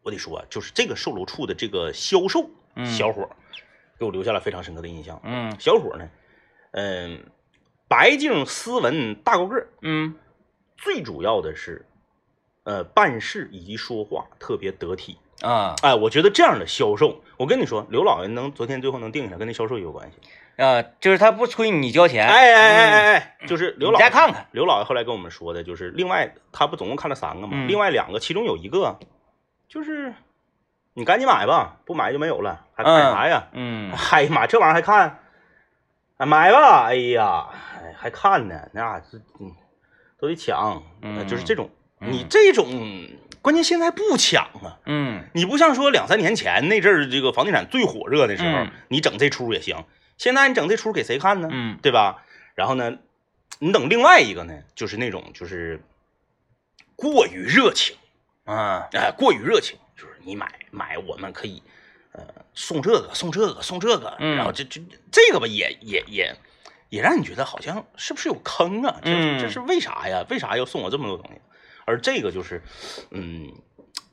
[SPEAKER 2] 我得说啊，就是这个售楼处的这个销售
[SPEAKER 1] 嗯
[SPEAKER 2] 小伙儿，给我留下了非常深刻的印象。
[SPEAKER 1] 嗯
[SPEAKER 2] 小伙儿呢，嗯、白净斯文，大高个儿，
[SPEAKER 1] 嗯
[SPEAKER 2] 最主要的是，呃，办事以及说话特别得体。
[SPEAKER 1] 啊
[SPEAKER 2] 哎，我觉得这样的销售，我跟你说，刘老爷能昨天最后能定下来，跟那销售也有关系。
[SPEAKER 1] 啊，就是他不催你交钱，
[SPEAKER 2] 哎哎哎哎哎，就是刘
[SPEAKER 1] 你
[SPEAKER 2] 老
[SPEAKER 1] 再
[SPEAKER 2] 爷。
[SPEAKER 1] 看看。
[SPEAKER 2] 刘老爷后来跟我们说的，就是另外他不总共看了三个嘛，
[SPEAKER 1] 嗯
[SPEAKER 2] 另外两个其中有一个就是你赶紧买吧，不买就没有了，还看啥呀？
[SPEAKER 1] 嗯
[SPEAKER 2] 哎呀妈，这玩意儿还看？哎，买吧！哎呀，哎还看呢？那这嗯都得抢，
[SPEAKER 1] 嗯
[SPEAKER 2] 就是这种，
[SPEAKER 1] 嗯
[SPEAKER 2] 你这种关键现在不抢啊。
[SPEAKER 1] 嗯
[SPEAKER 2] 你不像说两三年前那阵儿，这个房地产最火热的时候，
[SPEAKER 1] 嗯
[SPEAKER 2] 你整这出也行。现在你整这出给谁看呢？
[SPEAKER 1] 嗯
[SPEAKER 2] 对吧？然后呢，你等另外一个呢，就是那种就是过于热情，
[SPEAKER 1] 啊
[SPEAKER 2] 哎、过于热情，就是你买买我们可以，呃，送这个送这个送这个，
[SPEAKER 1] 嗯
[SPEAKER 2] 然后这这这个吧也也也也让你觉得好像是不是有坑啊？这
[SPEAKER 1] 嗯
[SPEAKER 2] 这是为啥呀？为啥要送我这么多东西？而这个就是，嗯，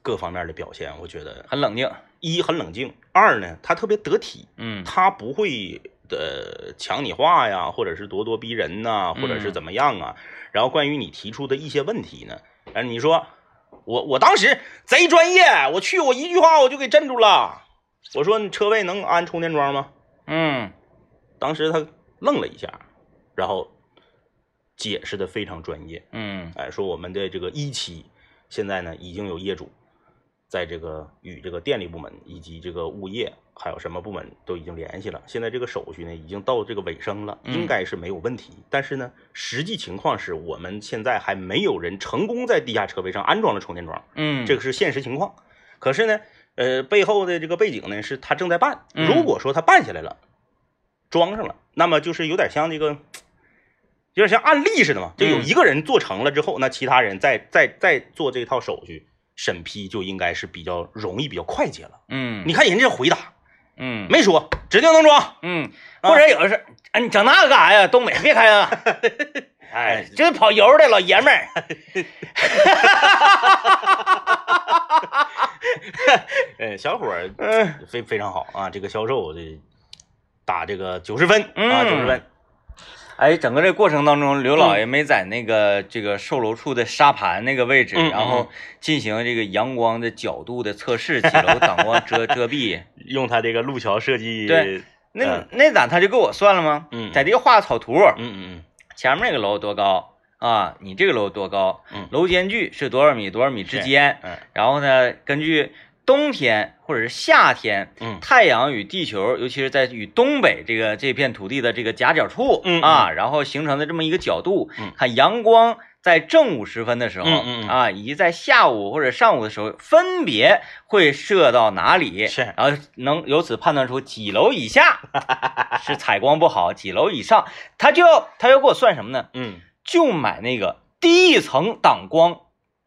[SPEAKER 2] 各方面的表现，我觉得
[SPEAKER 1] 很冷静。
[SPEAKER 2] 一很冷静，二呢他特别得体，
[SPEAKER 1] 嗯
[SPEAKER 2] 他不会呃抢你话呀，或者是咄咄逼人呐、或者是怎么样啊。然后关于你提出的一些问题呢，哎，你说我我当时贼专业，我去我一句话我就给镇住了。我说你车位能安充电桩吗？
[SPEAKER 1] 嗯
[SPEAKER 2] 当时他愣了一下，然后解释的非常专业，
[SPEAKER 1] 嗯
[SPEAKER 2] 哎，说我们的这个一期现在呢已经有业主。在这个与这个电力部门以及这个物业还有什么部门都已经联系了，现在这个手续呢已经到这个尾声了，
[SPEAKER 1] 嗯
[SPEAKER 2] 应该是没有问题。但是呢，实际情况是我们现在还没有人成功在地下车位上安装了充电桩，
[SPEAKER 1] 嗯，
[SPEAKER 2] 这个是现实情况。可是呢，呃，背后的这个背景呢是他正在办，
[SPEAKER 1] 嗯
[SPEAKER 2] 如果说他办下来了，装上了，那么就是有点像这个。有点像案例似的嘛，就有
[SPEAKER 1] 嗯
[SPEAKER 2] 一个人做成了之后，那其他人再再再做这套手续审批，就应该是比较容易、比较快捷了。
[SPEAKER 1] 嗯
[SPEAKER 2] 你看人家回答
[SPEAKER 1] 嗯
[SPEAKER 2] 没说，指定能装。
[SPEAKER 1] 嗯，或者有的是，哎，你整那个干啥呀？东北别开 了，哎，这跑油的老爷们儿，
[SPEAKER 2] 呃，小伙儿
[SPEAKER 1] 嗯
[SPEAKER 2] 非非常好啊，这个销售这打这个九十分啊，
[SPEAKER 1] 嗯
[SPEAKER 2] 九十分。
[SPEAKER 1] 哎，整个这过程当中，刘
[SPEAKER 2] 嗯
[SPEAKER 1] 老爷没在那个这个售楼处的沙盘那个位置，
[SPEAKER 2] 嗯嗯
[SPEAKER 1] 然后进行这个阳光的角度的测试，几楼挡光 遮遮蔽。
[SPEAKER 2] 用他这个路桥设计，
[SPEAKER 1] 对那、
[SPEAKER 2] 嗯
[SPEAKER 1] 那咋他就给我算了吗？
[SPEAKER 2] 嗯
[SPEAKER 1] 在这个画草图，
[SPEAKER 2] 嗯嗯
[SPEAKER 1] 前面那个楼多高啊？你这个楼多高？
[SPEAKER 2] 嗯
[SPEAKER 1] 楼间距是多少米？多少米之间？
[SPEAKER 2] 嗯
[SPEAKER 1] 然后呢，根据冬天或者是夏天，
[SPEAKER 2] 嗯
[SPEAKER 1] 太阳与地球，尤其是在与东北这个这片土地的这个夹角处，
[SPEAKER 2] 嗯
[SPEAKER 1] 啊，然后形成的这么一个角度，
[SPEAKER 2] 嗯
[SPEAKER 1] 看阳光在正午时分的时候，
[SPEAKER 2] 嗯嗯嗯
[SPEAKER 1] 啊，以及在下午或者上午的时候，分别会射到哪里，
[SPEAKER 2] 是
[SPEAKER 1] 然后能由此判断出几楼以 下是采光不好，几楼以上，他就要他要给我算什么呢？
[SPEAKER 2] 嗯
[SPEAKER 1] 就买那个低一层挡光，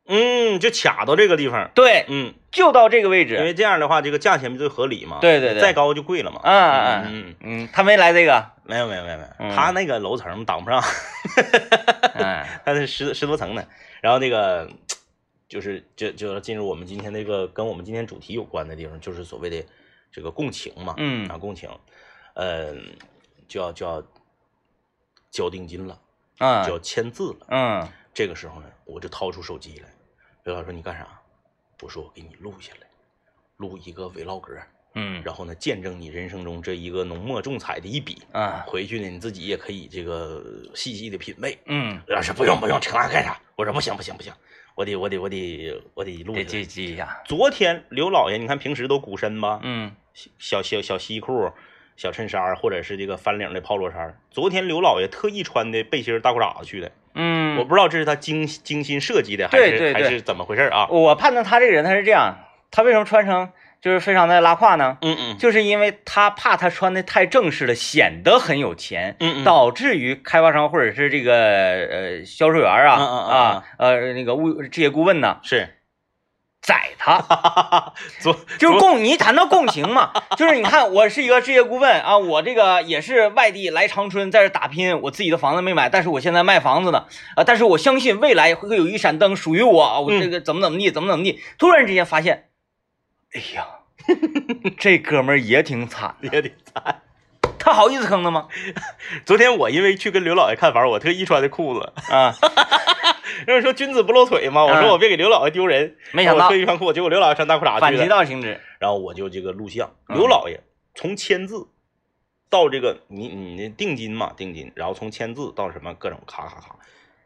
[SPEAKER 2] 嗯，就卡到这个地方。
[SPEAKER 1] 对，
[SPEAKER 2] 嗯，
[SPEAKER 1] 就到这个位置，
[SPEAKER 2] 因为这样的话，这个价钱最合理嘛。
[SPEAKER 1] 对对对
[SPEAKER 2] 再高就贵了嘛。
[SPEAKER 1] 嗯嗯
[SPEAKER 2] 嗯，
[SPEAKER 1] 嗯，他没来这 个，
[SPEAKER 2] 没有没有没有没有，
[SPEAKER 1] 嗯
[SPEAKER 2] 他那个楼层挡不上，
[SPEAKER 1] 嗯
[SPEAKER 2] 他是十十多层呢。然后那个就是就就要进入我们今天那个跟我们今天主题有关的地方，就是所谓的这个共情嘛，
[SPEAKER 1] 嗯
[SPEAKER 2] 啊，共情，嗯，就要就要交定金了，
[SPEAKER 1] 啊
[SPEAKER 2] 就要签字了。
[SPEAKER 1] 嗯
[SPEAKER 2] 这个时候呢，我就掏出手机来，刘老师你干啥？我说我给你录下来，录一个 vlog，
[SPEAKER 1] 嗯
[SPEAKER 2] 然后呢，见证你人生中这一个浓墨重彩的一笔。
[SPEAKER 1] 啊
[SPEAKER 2] 回去呢，你自己也可以这个细细的品味。
[SPEAKER 1] 嗯，
[SPEAKER 2] 老师不用不用，扯那干啥？我说不行不行不行，我得我得我得我得录
[SPEAKER 1] 得
[SPEAKER 2] 下来
[SPEAKER 1] 记记一下，
[SPEAKER 2] 昨天刘老爷，你看平时都孤身吧，
[SPEAKER 1] 嗯
[SPEAKER 2] 小小小西裤、小衬衫儿，或者是这个翻领的 polo 衫儿。昨天刘老爷特意穿的背心儿大裤衩子去的，
[SPEAKER 1] 嗯，
[SPEAKER 2] 我不知道这是他精精心设计的，还
[SPEAKER 1] 对
[SPEAKER 2] 是
[SPEAKER 1] 对
[SPEAKER 2] 还
[SPEAKER 1] 对
[SPEAKER 2] 是怎么回事儿啊？
[SPEAKER 1] 我判断他这个人他是这样，他为什么穿成就是非常的拉胯呢？
[SPEAKER 2] 嗯嗯
[SPEAKER 1] 就是因为他怕他穿的太正式了，显得很有钱，
[SPEAKER 2] 嗯嗯，
[SPEAKER 1] 导致于开发商或者是这个呃销售员啊
[SPEAKER 2] 嗯嗯嗯
[SPEAKER 1] 啊呃那个物这些顾问呐
[SPEAKER 2] 是，
[SPEAKER 1] 宰他，
[SPEAKER 2] 哈哈哈， 昨
[SPEAKER 1] 就是
[SPEAKER 2] 昨
[SPEAKER 1] 共你谈到共情嘛，就是你看我是一个置业顾问啊，我这个也是外地来长春在这打拼，我自己的房子没买，但是我现在卖房子呢啊，但是我相信未来会有一闪灯属于我啊，我
[SPEAKER 2] 嗯
[SPEAKER 1] 这个怎么怎么地怎么怎么地，突然之间发现，哎 呀，这哥们儿也挺惨，
[SPEAKER 2] 也得惨。
[SPEAKER 1] 他好意思坑他吗？
[SPEAKER 2] 昨天我因为去跟刘老爷看房，我特意穿的裤子，
[SPEAKER 1] 啊，
[SPEAKER 2] 因为说君子不露腿嘛，我
[SPEAKER 1] 嗯
[SPEAKER 2] 说我别给刘老爷丢人，
[SPEAKER 1] 没想到
[SPEAKER 2] 我特意穿裤子，结果刘老爷穿大裤衩
[SPEAKER 1] 反
[SPEAKER 2] 去
[SPEAKER 1] 其
[SPEAKER 2] 的。
[SPEAKER 1] 道行之，
[SPEAKER 2] 然后我就这个录像，
[SPEAKER 1] 嗯
[SPEAKER 2] 刘老爷从签字到这个你你那定金嘛，定金，然后从签字到什么各种咔咔咔，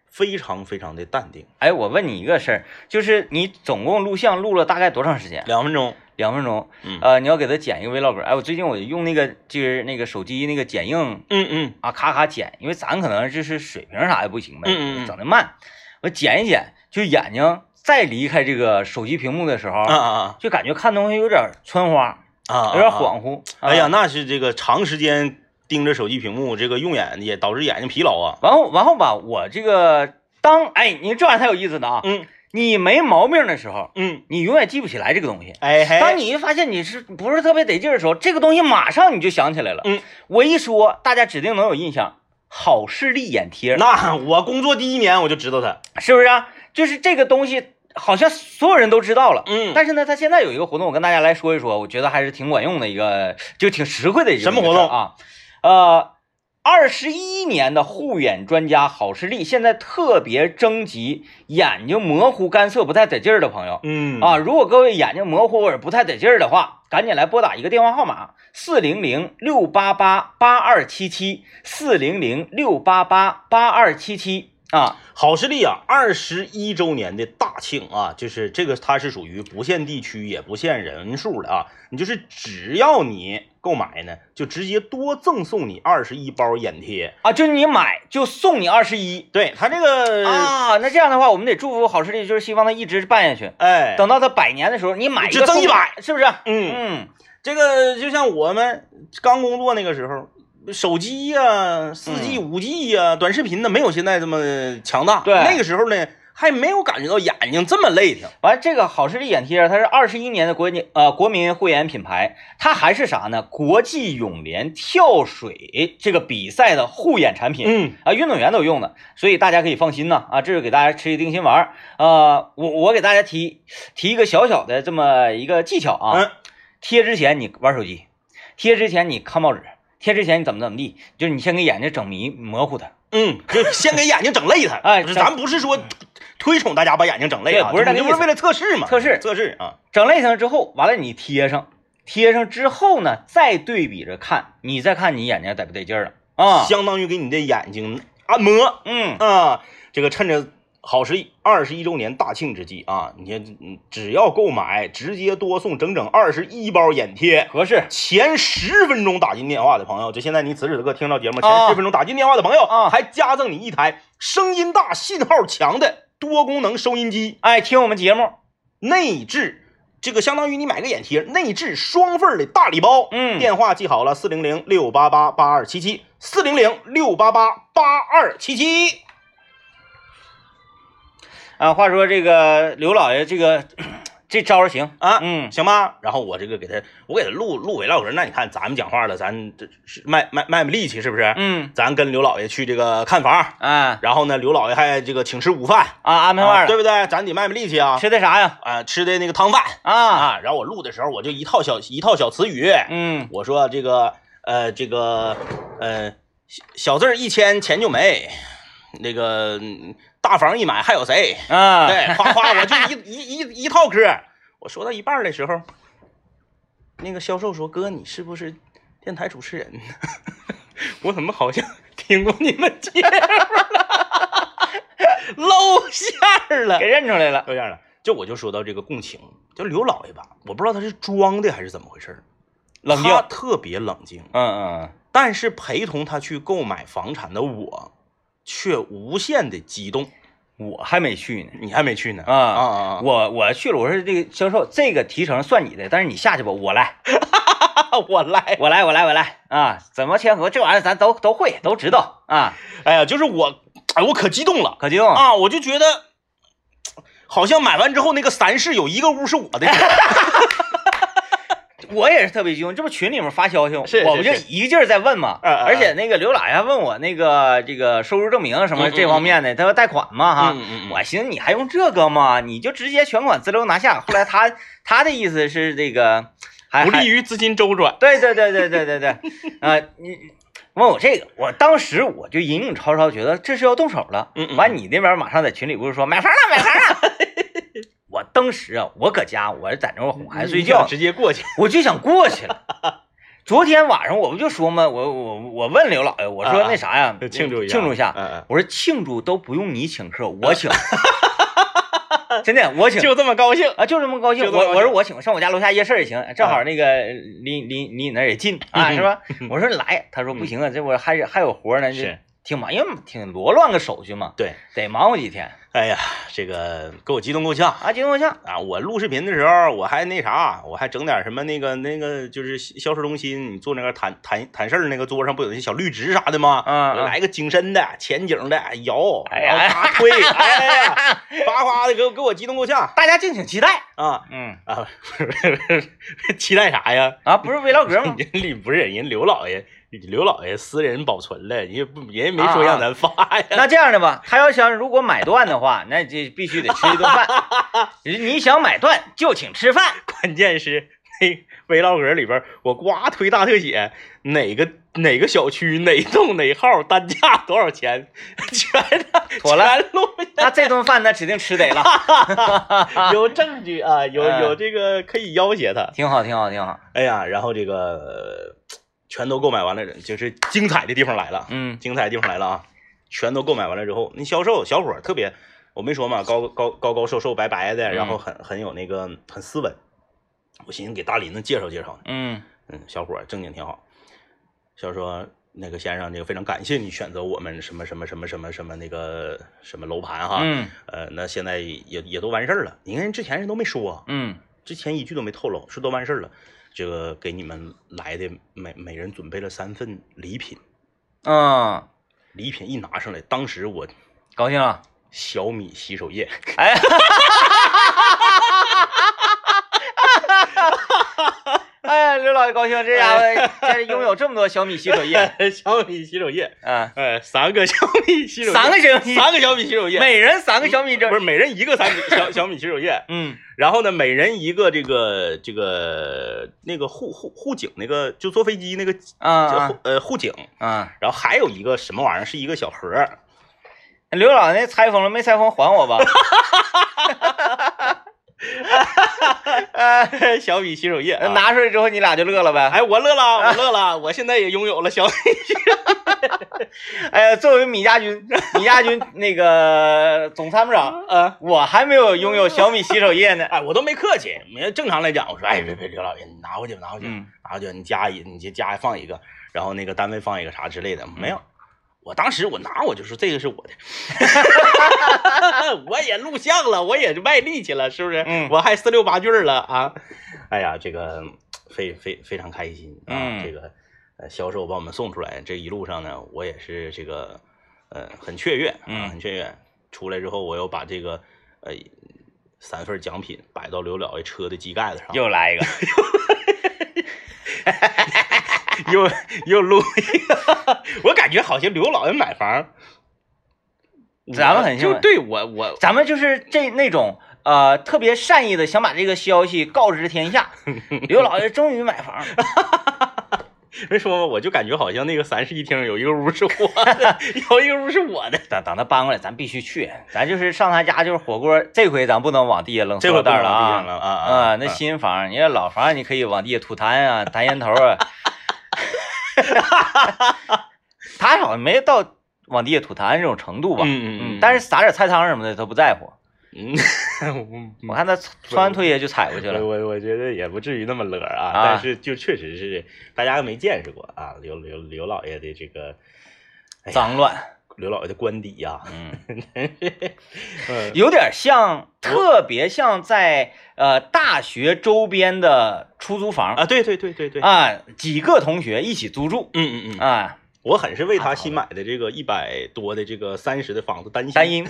[SPEAKER 2] 非常非常的淡定，
[SPEAKER 1] 哎，我问你一个事儿，就是你总共录像录了大概多长时间？
[SPEAKER 2] 两分钟，
[SPEAKER 1] 两分钟，
[SPEAKER 2] 嗯
[SPEAKER 1] 呃，你要给他剪一个 vlog。哎，我最近我用那个就是那个手机那个剪映
[SPEAKER 2] 嗯嗯
[SPEAKER 1] 啊，咔咔剪，因为咱可能就是水平啥也不行呗，
[SPEAKER 2] 嗯嗯嗯
[SPEAKER 1] 整的慢。我剪一剪，就眼睛再离开这个手机屏幕的时候，
[SPEAKER 2] 啊啊
[SPEAKER 1] 就感觉看东西有点穿花，
[SPEAKER 2] 啊啊，
[SPEAKER 1] 有点
[SPEAKER 2] 啊。
[SPEAKER 1] 恍惚。啊
[SPEAKER 2] 哎呀，，那是这个长时间盯着手机屏幕，这个用眼也导致眼睛疲劳啊。
[SPEAKER 1] 完后完后吧，我这个当哎，你这玩意儿才有意思呢啊！
[SPEAKER 2] 嗯
[SPEAKER 1] 你没毛病的时候，
[SPEAKER 2] 嗯，
[SPEAKER 1] 你永远记不起来这个东西。
[SPEAKER 2] 哎
[SPEAKER 1] 当
[SPEAKER 2] 嘿，
[SPEAKER 1] 你一发现你是不是特别得劲儿的时候，这个东西马上你就想起来了。
[SPEAKER 2] 嗯，
[SPEAKER 1] 我一说，大家指定能有印象。好视力眼贴，
[SPEAKER 2] 那我工作第一年我就知道它，
[SPEAKER 1] 是不是啊？就是这个东西，好像所有人都知道了。
[SPEAKER 2] 嗯
[SPEAKER 1] 但是呢，它现在有一个活动，我跟大家来说一说，我觉得还是挺管用的一个，就挺实惠的一个
[SPEAKER 2] 什么活动
[SPEAKER 1] 一个事儿啊？呃，二十一年的护眼专家好视力现在特别征集眼睛模糊、干涩、不太得劲儿的朋友。
[SPEAKER 2] 嗯
[SPEAKER 1] 啊，，如果各位眼睛模糊或者不太得劲儿的话，赶紧来拨打一个电话号码：四零零六八八八二七七，四零零六八八八二七七啊。
[SPEAKER 2] 好视力啊，二十一周年的大庆啊，就是这个它是属于不限地区也不限人数的啊，你就是只要你购买呢，就直接多赠送你二十一包眼贴。
[SPEAKER 1] 啊，就你买就送你二十一
[SPEAKER 2] 对它这个，
[SPEAKER 1] 啊。那这样的话，我们得祝福好视力，就是希望他一直办下去。
[SPEAKER 2] 哎，
[SPEAKER 1] 等到他百年的时候，你买一
[SPEAKER 2] 就
[SPEAKER 1] 个
[SPEAKER 2] 赠
[SPEAKER 1] 送
[SPEAKER 2] 100，
[SPEAKER 1] 是不是？
[SPEAKER 2] 嗯，
[SPEAKER 1] 嗯
[SPEAKER 2] 这个就像我们刚工作那个时候。手机呀、四 G、五 G 呀、短视频呢，没有现在这么强大。
[SPEAKER 1] 嗯对
[SPEAKER 2] 那个时候呢，还没有感觉到眼睛这么累挺。
[SPEAKER 1] 完，这个好视力眼贴，它是二十一年的国民呃国民护眼品牌，它还是啥呢？国际泳联跳水这个比赛的护眼产品。
[SPEAKER 2] 嗯，
[SPEAKER 1] 啊，运动员都用的，所以大家可以放心呐啊，这是给大家吃一定心丸儿。呃，我我给大家提提一个小小的这么一个技巧啊，
[SPEAKER 2] 嗯
[SPEAKER 1] 贴之前你玩手机，贴之前你看报纸，贴之前你怎么怎么地，就是你先给眼睛整迷模糊它，
[SPEAKER 2] 嗯，就先给眼睛整累它。
[SPEAKER 1] 哎
[SPEAKER 2] 不是咱不是说推崇大家把眼睛整累啊，
[SPEAKER 1] 对不是那个
[SPEAKER 2] 就
[SPEAKER 1] 意
[SPEAKER 2] 是
[SPEAKER 1] 思
[SPEAKER 2] 为了测试嘛，
[SPEAKER 1] 测试
[SPEAKER 2] 测试啊，
[SPEAKER 1] 整累它之后，完了你贴上，贴上之后呢，再对比着看，你再看你眼睛得不得劲儿了啊？
[SPEAKER 2] 相当于给你的眼睛按摩
[SPEAKER 1] 嗯
[SPEAKER 2] 啊。这个趁着好时二十一周年大庆之际啊，你看嗯只要购买，直接多送整整二十一包眼贴。
[SPEAKER 1] 合适。
[SPEAKER 2] 前十分钟打进电话的朋友，就现在你此时此刻听到节
[SPEAKER 1] 啊
[SPEAKER 2] 目，前十分钟打进电话的朋友，
[SPEAKER 1] 啊
[SPEAKER 2] 还加赠你一台声音大、信号强的多功能收音机。
[SPEAKER 1] 哎，听我们节目，
[SPEAKER 2] 内置这个相当于你买个眼贴，内置双份儿的大礼包。
[SPEAKER 1] 嗯
[SPEAKER 2] 电话记好了，四零零六八八八二七七，四零零六八八八二七七。
[SPEAKER 1] 啊，话说这个刘老爷这个。 这招儿行
[SPEAKER 2] 啊，
[SPEAKER 1] 嗯，
[SPEAKER 2] 行吧？然后我这个给他，我给他录录尾唠嗑。那你看咱们讲话了，咱这是卖卖卖卖力气是不是？
[SPEAKER 1] 嗯，
[SPEAKER 2] 咱跟刘老爷去这个看房，
[SPEAKER 1] 啊
[SPEAKER 2] 然后呢，刘老爷还这个请吃午饭，
[SPEAKER 1] 啊，安排
[SPEAKER 2] 啊
[SPEAKER 1] 完
[SPEAKER 2] 对
[SPEAKER 1] 了，
[SPEAKER 2] 不对？咱得卖卖力气啊，
[SPEAKER 1] 吃的啥呀？
[SPEAKER 2] 啊，吃的那个汤饭
[SPEAKER 1] 啊，
[SPEAKER 2] 啊。然后我录的时候，我就一套小一套小词语，
[SPEAKER 1] 嗯，
[SPEAKER 2] 我说这个呃这个呃小小字儿一签钱就没，那个嗯大房一买还有谁？
[SPEAKER 1] 啊，
[SPEAKER 2] 对，夸夸，我就一一一一套嗑。我说到一半儿的时候，那个销售说：“哥，你是不是电台主持人？” 我怎么好像听过你们节目了？ 露馅儿了
[SPEAKER 1] 给，认出来了，
[SPEAKER 2] 露馅儿了。就我就说到这个共情，就刘老爷吧，我不知道他是装的还是怎么回事儿，
[SPEAKER 1] 冷静
[SPEAKER 2] 他，特别冷静。
[SPEAKER 1] 嗯嗯
[SPEAKER 2] 但是陪同他去购买房产的我，却无限的激动。
[SPEAKER 1] 嗯，我还没去呢。
[SPEAKER 2] 你还没去呢？
[SPEAKER 1] 啊
[SPEAKER 2] 啊啊！
[SPEAKER 1] 我我去了，我说这个销售这个提成算你的，但是你下去吧，我来，
[SPEAKER 2] 我 我来。
[SPEAKER 1] 我来，我来，我来啊！怎么签合这玩意儿咱都都会，都知道啊，
[SPEAKER 2] 哎呀，就是我，哎，我可激动了
[SPEAKER 1] 可激动了
[SPEAKER 2] 啊！我就觉得，好像买完之后那个三室有一个屋是我的，
[SPEAKER 1] 我也是特别激动，这不群里面发消息吗，
[SPEAKER 2] 是是
[SPEAKER 1] 我不就是一个劲儿在问嘛。
[SPEAKER 2] 嗯嗯嗯
[SPEAKER 1] 而且那个刘老爷还问我那个这个收入证明什么
[SPEAKER 2] 嗯嗯
[SPEAKER 1] 这方面的，他说贷款嘛哈。
[SPEAKER 2] 嗯嗯嗯
[SPEAKER 1] 我寻思你还用这个吗？你就直接全款自留拿下。后来他他的意思是这个还
[SPEAKER 2] 不利
[SPEAKER 1] 于
[SPEAKER 2] 于资金周转。
[SPEAKER 1] 对对对对对对对啊你。问我这个，我当时我就隐隐绰绰觉得这是要动手了。
[SPEAKER 2] 嗯嗯
[SPEAKER 1] 完你那边马上在群里不是说买房了买房 了，我当时啊，我搁家我在那哄孩子嗯睡觉呢，
[SPEAKER 2] 直接过去。
[SPEAKER 1] 我就想过去了。 昨天晚上我不就说嘛，我我我问刘老爷，我说
[SPEAKER 2] 啊啊
[SPEAKER 1] 那啥呀，
[SPEAKER 2] 庆祝一下
[SPEAKER 1] 庆祝一下。
[SPEAKER 2] 嗯
[SPEAKER 1] 我说庆祝都不用你请客，我请， 真的我请
[SPEAKER 2] 嗯，就这么高兴。
[SPEAKER 1] 啊，就这么高兴。
[SPEAKER 2] 就这么
[SPEAKER 1] 我
[SPEAKER 2] 高兴啊
[SPEAKER 1] 我说我请，上我家楼下夜市也行，正好那个离离离你那儿也近啊，
[SPEAKER 2] 嗯
[SPEAKER 1] 是吧？我说来，他说不行啊，这不还是还有活呢，这
[SPEAKER 2] 是
[SPEAKER 1] 挺忙，因为挺罗乱个手续嘛，
[SPEAKER 2] 对，
[SPEAKER 1] 得忙活几天
[SPEAKER 2] 哎呀，这个给我激动够呛
[SPEAKER 1] 啊。金动像
[SPEAKER 2] 啊！我录视频的时候，我还那啥，我还整点什么那个那个，就是销售中心，你坐那个谈谈谈事儿那个桌上不有那小绿植啥的吗？
[SPEAKER 1] 嗯嗯
[SPEAKER 2] 我来个景深的、前景的，摇，
[SPEAKER 1] 哎呀
[SPEAKER 2] 然后咔推，哎呀，哗哗的给我给我激动够呛
[SPEAKER 1] 大家敬请期待。
[SPEAKER 2] 啊！
[SPEAKER 1] 嗯
[SPEAKER 2] 啊， 不是，期待啥呀？
[SPEAKER 1] 啊，不是微唠嗑吗？
[SPEAKER 2] 人李不是人刘老爷，刘老爷私人保存了，人家不人家没
[SPEAKER 1] 啊
[SPEAKER 2] 说
[SPEAKER 1] 啊
[SPEAKER 2] 让咱发呀。
[SPEAKER 1] 那这样的吧，他要想如果买断的话，那这必须得吃一顿饭。 你想买断就请吃饭。
[SPEAKER 2] 关键是那微唠嗑里边，我呱推大特写，哪个哪个小区哪栋哪号单价多少钱， 全
[SPEAKER 1] 妥了
[SPEAKER 2] 全录
[SPEAKER 1] 那这顿饭那指定吃得了，
[SPEAKER 2] 有证据啊，有
[SPEAKER 1] 嗯
[SPEAKER 2] 有这个可以要挟他。
[SPEAKER 1] 挺好，挺好，挺好。
[SPEAKER 2] 哎呀，然后这个呃全都购买完了，就是精彩的地方来了。
[SPEAKER 1] 嗯
[SPEAKER 2] 精彩的地方来了啊！全都购买完了之后，那销售小伙儿特别，我没说嘛，高高高高瘦瘦白白的，
[SPEAKER 1] 嗯
[SPEAKER 2] 然后很很有那个很斯文。我寻思给大林子介绍介绍，
[SPEAKER 1] 嗯
[SPEAKER 2] 嗯，小伙儿正经挺好。小说那个先生，这个非常感谢你选择我们什么什么什么什么什么那个什么楼盘哈，
[SPEAKER 1] 嗯
[SPEAKER 2] 呃，那现在也也都完事儿了。你看人之前人都没说、啊
[SPEAKER 1] 嗯，
[SPEAKER 2] 之前一句都没透露，说都完事儿了。这个给你们来的每每人准备了三份礼品，
[SPEAKER 1] 嗯，
[SPEAKER 2] 礼品一拿上来，当时我
[SPEAKER 1] 高兴了。
[SPEAKER 2] 小米洗手液，
[SPEAKER 1] 哎，哎呀，刘老爷高兴，这家伙这拥有这么多小米洗手 液，
[SPEAKER 2] 小米洗手液，
[SPEAKER 1] 啊，
[SPEAKER 2] 哎，三个小米洗手液，
[SPEAKER 1] 三个小米，
[SPEAKER 2] 三个小米洗手液，
[SPEAKER 1] 每人三个小米这
[SPEAKER 2] 不是每人一个三米小小米洗手液，
[SPEAKER 1] 嗯
[SPEAKER 2] 然后呢，每人一个这个这个那个护护护颈那个，就坐飞机那个就
[SPEAKER 1] 啊
[SPEAKER 2] 护呃护颈，
[SPEAKER 1] 啊啊！
[SPEAKER 2] 然后还有一个什么玩意儿，是一个小盒儿，
[SPEAKER 1] 刘老爷那拆封了没拆封还我吧。
[SPEAKER 2] 哎小米洗手液、
[SPEAKER 1] 那
[SPEAKER 2] 啊，
[SPEAKER 1] 拿出来之后你俩就乐了呗。
[SPEAKER 2] 哎，我乐了，我乐了，我现在也拥有了小 米，
[SPEAKER 1] 哎呀，作为米家军，米家军那个总参谋长，
[SPEAKER 2] 啊。
[SPEAKER 1] 我还没有拥有小米洗手液呢。
[SPEAKER 2] 哎，我都没客气，没正常来讲，我说，哎，别别，刘老爷，你拿回去吧，拿回去吧，
[SPEAKER 1] 嗯
[SPEAKER 2] 然后就你家一，你这家放一个，然后那个单位放一个啥之类的，没
[SPEAKER 1] 嗯
[SPEAKER 2] 有。我当时我拿我就说这个是我的， 我也录像了，我也卖力气了，是不是？
[SPEAKER 1] 嗯
[SPEAKER 2] 我还四六八句儿了啊！哎呀，这个非非非常开心啊！
[SPEAKER 1] 嗯
[SPEAKER 2] 这个呃销售把我们送出来，这一路上呢，我也是这个呃很雀跃啊，
[SPEAKER 1] 嗯
[SPEAKER 2] 很雀跃。出来之后，我又把这个呃三份奖品摆到刘老爷车的机盖子上，
[SPEAKER 1] 又来一个，
[SPEAKER 2] 又 又录一个， 我感觉好像刘老爷买房，
[SPEAKER 1] 咱们很幸
[SPEAKER 2] 我就
[SPEAKER 1] 运
[SPEAKER 2] 对我我
[SPEAKER 1] 咱们就是这那种呃特别善意的想把这个消息告知天 下，刘老爷终于买房，
[SPEAKER 2] 没说吗？我就感觉好像那个三室一厅有一个屋是我的， 有一个屋是我的，
[SPEAKER 1] 等等他搬过来，咱必须去，咱就是上他家就是火锅，这回咱不能往地下扔
[SPEAKER 2] 这
[SPEAKER 1] 塑
[SPEAKER 2] 回
[SPEAKER 1] 料袋儿
[SPEAKER 2] 了
[SPEAKER 1] 了啊
[SPEAKER 2] 了啊
[SPEAKER 1] 啊，那新房，你要老房，你可以往地下吐痰啊， 弹烟头啊。他好像没到往地下吐痰这种程度吧？
[SPEAKER 2] 嗯嗯嗯
[SPEAKER 1] 但是撒点菜汤什么的他不在乎。
[SPEAKER 2] 嗯，
[SPEAKER 1] 我看他穿完拖鞋就踩过去
[SPEAKER 2] 我
[SPEAKER 1] 了。
[SPEAKER 2] 我我觉得也不至于那么乐啊，
[SPEAKER 1] 啊
[SPEAKER 2] 但是就确实是大家没见识过啊，刘刘刘老爷的这个哎呀
[SPEAKER 1] 脏乱，
[SPEAKER 2] 刘老爷的官邸啊呀、
[SPEAKER 1] 嗯，
[SPEAKER 2] 嗯
[SPEAKER 1] 有点像，特别像在呃大学周边的出租房
[SPEAKER 2] 啊，对对对对对，
[SPEAKER 1] 啊，几个同学一起租住
[SPEAKER 2] 嗯嗯嗯，
[SPEAKER 1] 啊，
[SPEAKER 2] 我很是为他新买的这个一百多的这个三十的房子担心，
[SPEAKER 1] 单音。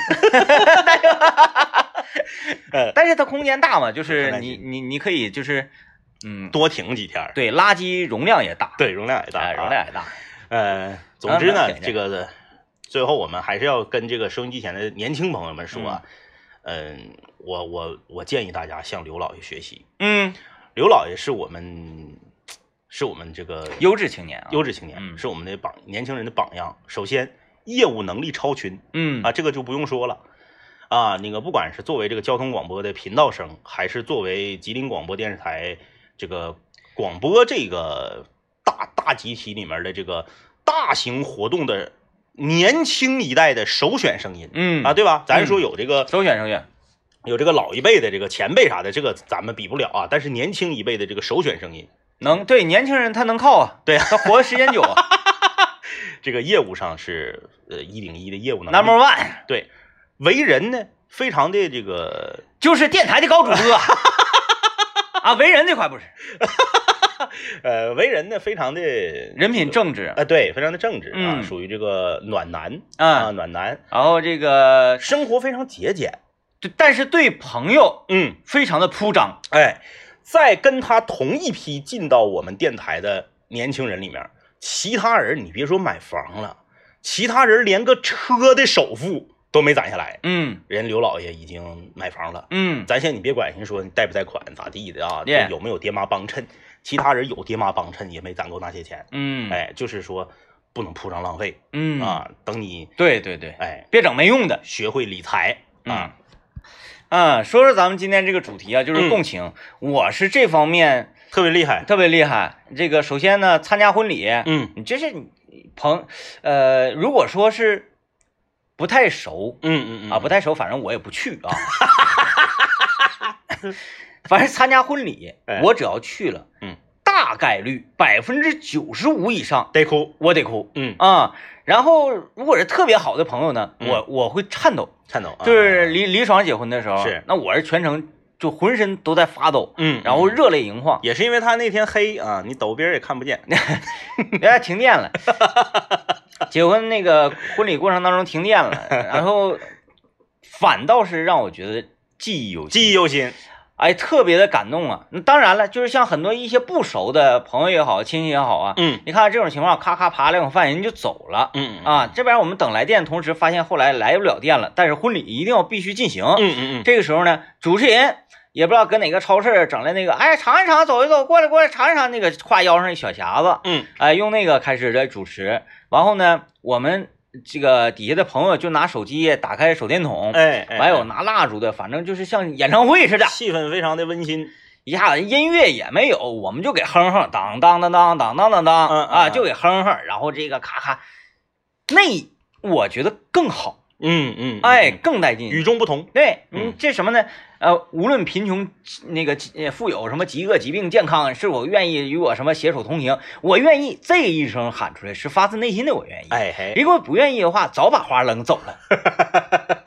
[SPEAKER 2] 呃
[SPEAKER 1] 但是它空间大嘛，就是
[SPEAKER 2] 空间
[SPEAKER 1] 你
[SPEAKER 2] 大
[SPEAKER 1] 你你可以就是，嗯，
[SPEAKER 2] 多停几天儿，
[SPEAKER 1] 对，垃圾容量也大，
[SPEAKER 2] 对，容量也大、
[SPEAKER 1] 哎，
[SPEAKER 2] 啊，
[SPEAKER 1] 容量也大，
[SPEAKER 2] 呃，总之
[SPEAKER 1] 啊
[SPEAKER 2] 呢
[SPEAKER 1] 那，
[SPEAKER 2] 这个最后我们还是要跟这个收音机前的年轻朋友们说啊，嗯，我我我建议大家向刘老爷学习，
[SPEAKER 1] 嗯，
[SPEAKER 2] 刘老爷是我们是我们这个
[SPEAKER 1] 优质青年啊，
[SPEAKER 2] 优，质青年，
[SPEAKER 1] 嗯
[SPEAKER 2] 是我们的榜年轻人的榜样。首先，业务能力超群
[SPEAKER 1] 嗯
[SPEAKER 2] 啊，这个就不用说了。啊，那个不管是作为这个交通广播的频道生，还是作为吉林广播电视台这个广播这个大大集体里面的这个大型活动的年轻一代的首选声音、
[SPEAKER 1] 嗯
[SPEAKER 2] 啊，，对吧？咱说有这个、
[SPEAKER 1] 首选首选，
[SPEAKER 2] 有这个老一辈的这个前辈啥的，这个咱们比不了啊，但是年轻一辈的这个首选声音，
[SPEAKER 1] 能对年轻人他能靠啊，
[SPEAKER 2] 对啊
[SPEAKER 1] 他活的时间久 啊
[SPEAKER 2] 这个业务上是呃一零一的业务能力。
[SPEAKER 1] ，Number One
[SPEAKER 2] 对，为人呢非常的这个
[SPEAKER 1] 就是电台的高主播 啊，为人这块不是
[SPEAKER 2] 呃为人呢非常的
[SPEAKER 1] 人品正
[SPEAKER 2] 啊、
[SPEAKER 1] 直，
[SPEAKER 2] 对，非常的正直啊，
[SPEAKER 1] 嗯
[SPEAKER 2] 属于这个暖男啊
[SPEAKER 1] 嗯，
[SPEAKER 2] 暖男，
[SPEAKER 1] 然后这个，
[SPEAKER 2] 生活非常节俭，
[SPEAKER 1] 对但是对朋友
[SPEAKER 2] 嗯，
[SPEAKER 1] 非常的铺张，
[SPEAKER 2] 哎，在跟他同一批进到我们电台的年轻人里面，其他人你别说买房了，其他人连个车的首付都没攒下来，
[SPEAKER 1] 嗯
[SPEAKER 2] 人刘老爷已经买房了。
[SPEAKER 1] 嗯，
[SPEAKER 2] 咱先你别管人说你贷不贷款咋地的啊，
[SPEAKER 1] Yeah
[SPEAKER 2] 这有没有爹妈帮衬？其他人有爹妈帮衬也没攒够那些钱，
[SPEAKER 1] 嗯，
[SPEAKER 2] 哎，就是说不能铺张浪费
[SPEAKER 1] 嗯，
[SPEAKER 2] 啊。等你
[SPEAKER 1] 对对对，
[SPEAKER 2] 哎
[SPEAKER 1] 别整没用的，
[SPEAKER 2] 学会理财
[SPEAKER 1] 啊
[SPEAKER 2] 啊，，
[SPEAKER 1] 嗯，说说咱们今天这个主题啊，就是
[SPEAKER 2] 嗯
[SPEAKER 1] 共情。我是这方面
[SPEAKER 2] 特别厉害。
[SPEAKER 1] 特别厉害。这个首先呢，参加婚礼，
[SPEAKER 2] 嗯
[SPEAKER 1] 你这是你朋，呃，如果说是不太熟
[SPEAKER 2] 嗯嗯嗯
[SPEAKER 1] 啊，不太熟，反正我也不去啊。 反正参加婚礼
[SPEAKER 2] 哎，
[SPEAKER 1] 我只要去了，
[SPEAKER 2] 嗯，
[SPEAKER 1] 大概率百分之九十五以上
[SPEAKER 2] 得哭。
[SPEAKER 1] 我得哭
[SPEAKER 2] 嗯，
[SPEAKER 1] 啊。然后如果是特别好的朋友呢，
[SPEAKER 2] 嗯
[SPEAKER 1] 我我会颤抖。
[SPEAKER 2] 颤抖啊，
[SPEAKER 1] 就是李李爽结婚的时候，
[SPEAKER 2] 是
[SPEAKER 1] 那我是全程就浑身都在发抖，
[SPEAKER 2] 嗯，
[SPEAKER 1] 然后
[SPEAKER 2] 嗯
[SPEAKER 1] 热泪盈 眶，
[SPEAKER 2] 也是因为他那天黑啊，你抖别人也看不见。
[SPEAKER 1] 人家哎停电了，结婚那个婚礼过程当中停电 了，然后反倒是让我觉得记忆犹新，
[SPEAKER 2] 记忆犹新，
[SPEAKER 1] 哎，特别的感动啊。那当然了，就是像很多一些不熟的朋友也好，亲戚也好啊，
[SPEAKER 2] 嗯
[SPEAKER 1] 你看这种情况，咔咔扒两口饭，人就走了。
[SPEAKER 2] 嗯
[SPEAKER 1] 啊，这边我们等来电，同时发现后来来不了电了，但是婚礼一定要必须进行。嗯
[SPEAKER 2] 嗯嗯嗯，
[SPEAKER 1] 这个时候呢，主持人也不知道搁哪个超市整来那个，哎，尝一尝，走一走，过来过来，尝一尝那个挎腰上那小匣子，
[SPEAKER 2] 嗯
[SPEAKER 1] 哎，用那个开始来主持。然后呢，我们这个底下的朋友就拿手机打开手电筒，
[SPEAKER 2] 哎，哎
[SPEAKER 1] 还有拿蜡烛的，反正就是像演唱会似的，
[SPEAKER 2] 气氛非常的温馨。
[SPEAKER 1] 一下子音乐也没有，我们就给哼哼，当当当当当当当当，
[SPEAKER 2] 嗯嗯
[SPEAKER 1] 啊，
[SPEAKER 2] 嗯
[SPEAKER 1] 就给哼哼，然后这个咔咔，那我觉得更好，
[SPEAKER 2] 嗯嗯，嗯
[SPEAKER 1] 哎，，更带劲，
[SPEAKER 2] 与众不同。
[SPEAKER 1] 对，
[SPEAKER 2] 嗯
[SPEAKER 1] 嗯，这什么呢？呃，无论贫穷、那个呃富有、什么疾厄、疾病、健康，是否愿意与我什么携手同行？我愿意，这一声喊出来是发自内心的，我愿意。，
[SPEAKER 2] 哎嘿，
[SPEAKER 1] 如果不愿意的话，早把花扔走 了，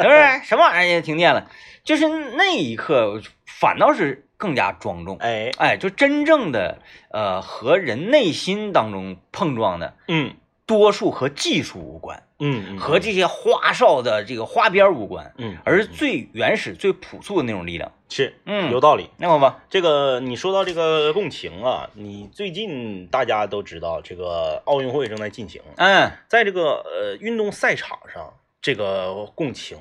[SPEAKER 1] 是不是？什么玩意儿也停电了，就是那一刻，反倒是更加庄重。
[SPEAKER 2] 哎，
[SPEAKER 1] 哎，就真正的呃和人内心当中碰撞的
[SPEAKER 2] 嗯，
[SPEAKER 1] 多数和技术无关，
[SPEAKER 2] 嗯
[SPEAKER 1] 和这些花哨的这个花边无关，
[SPEAKER 2] 嗯，
[SPEAKER 1] 而是最原始、最朴素的那种力量。
[SPEAKER 2] 是
[SPEAKER 1] 嗯
[SPEAKER 2] 有道理。
[SPEAKER 1] 那好吧，
[SPEAKER 2] 这个你说到这个共情啊，你最近大家都知道，这个奥运会正在进行，
[SPEAKER 1] 嗯，
[SPEAKER 2] 在这个呃运动赛场上，这个共情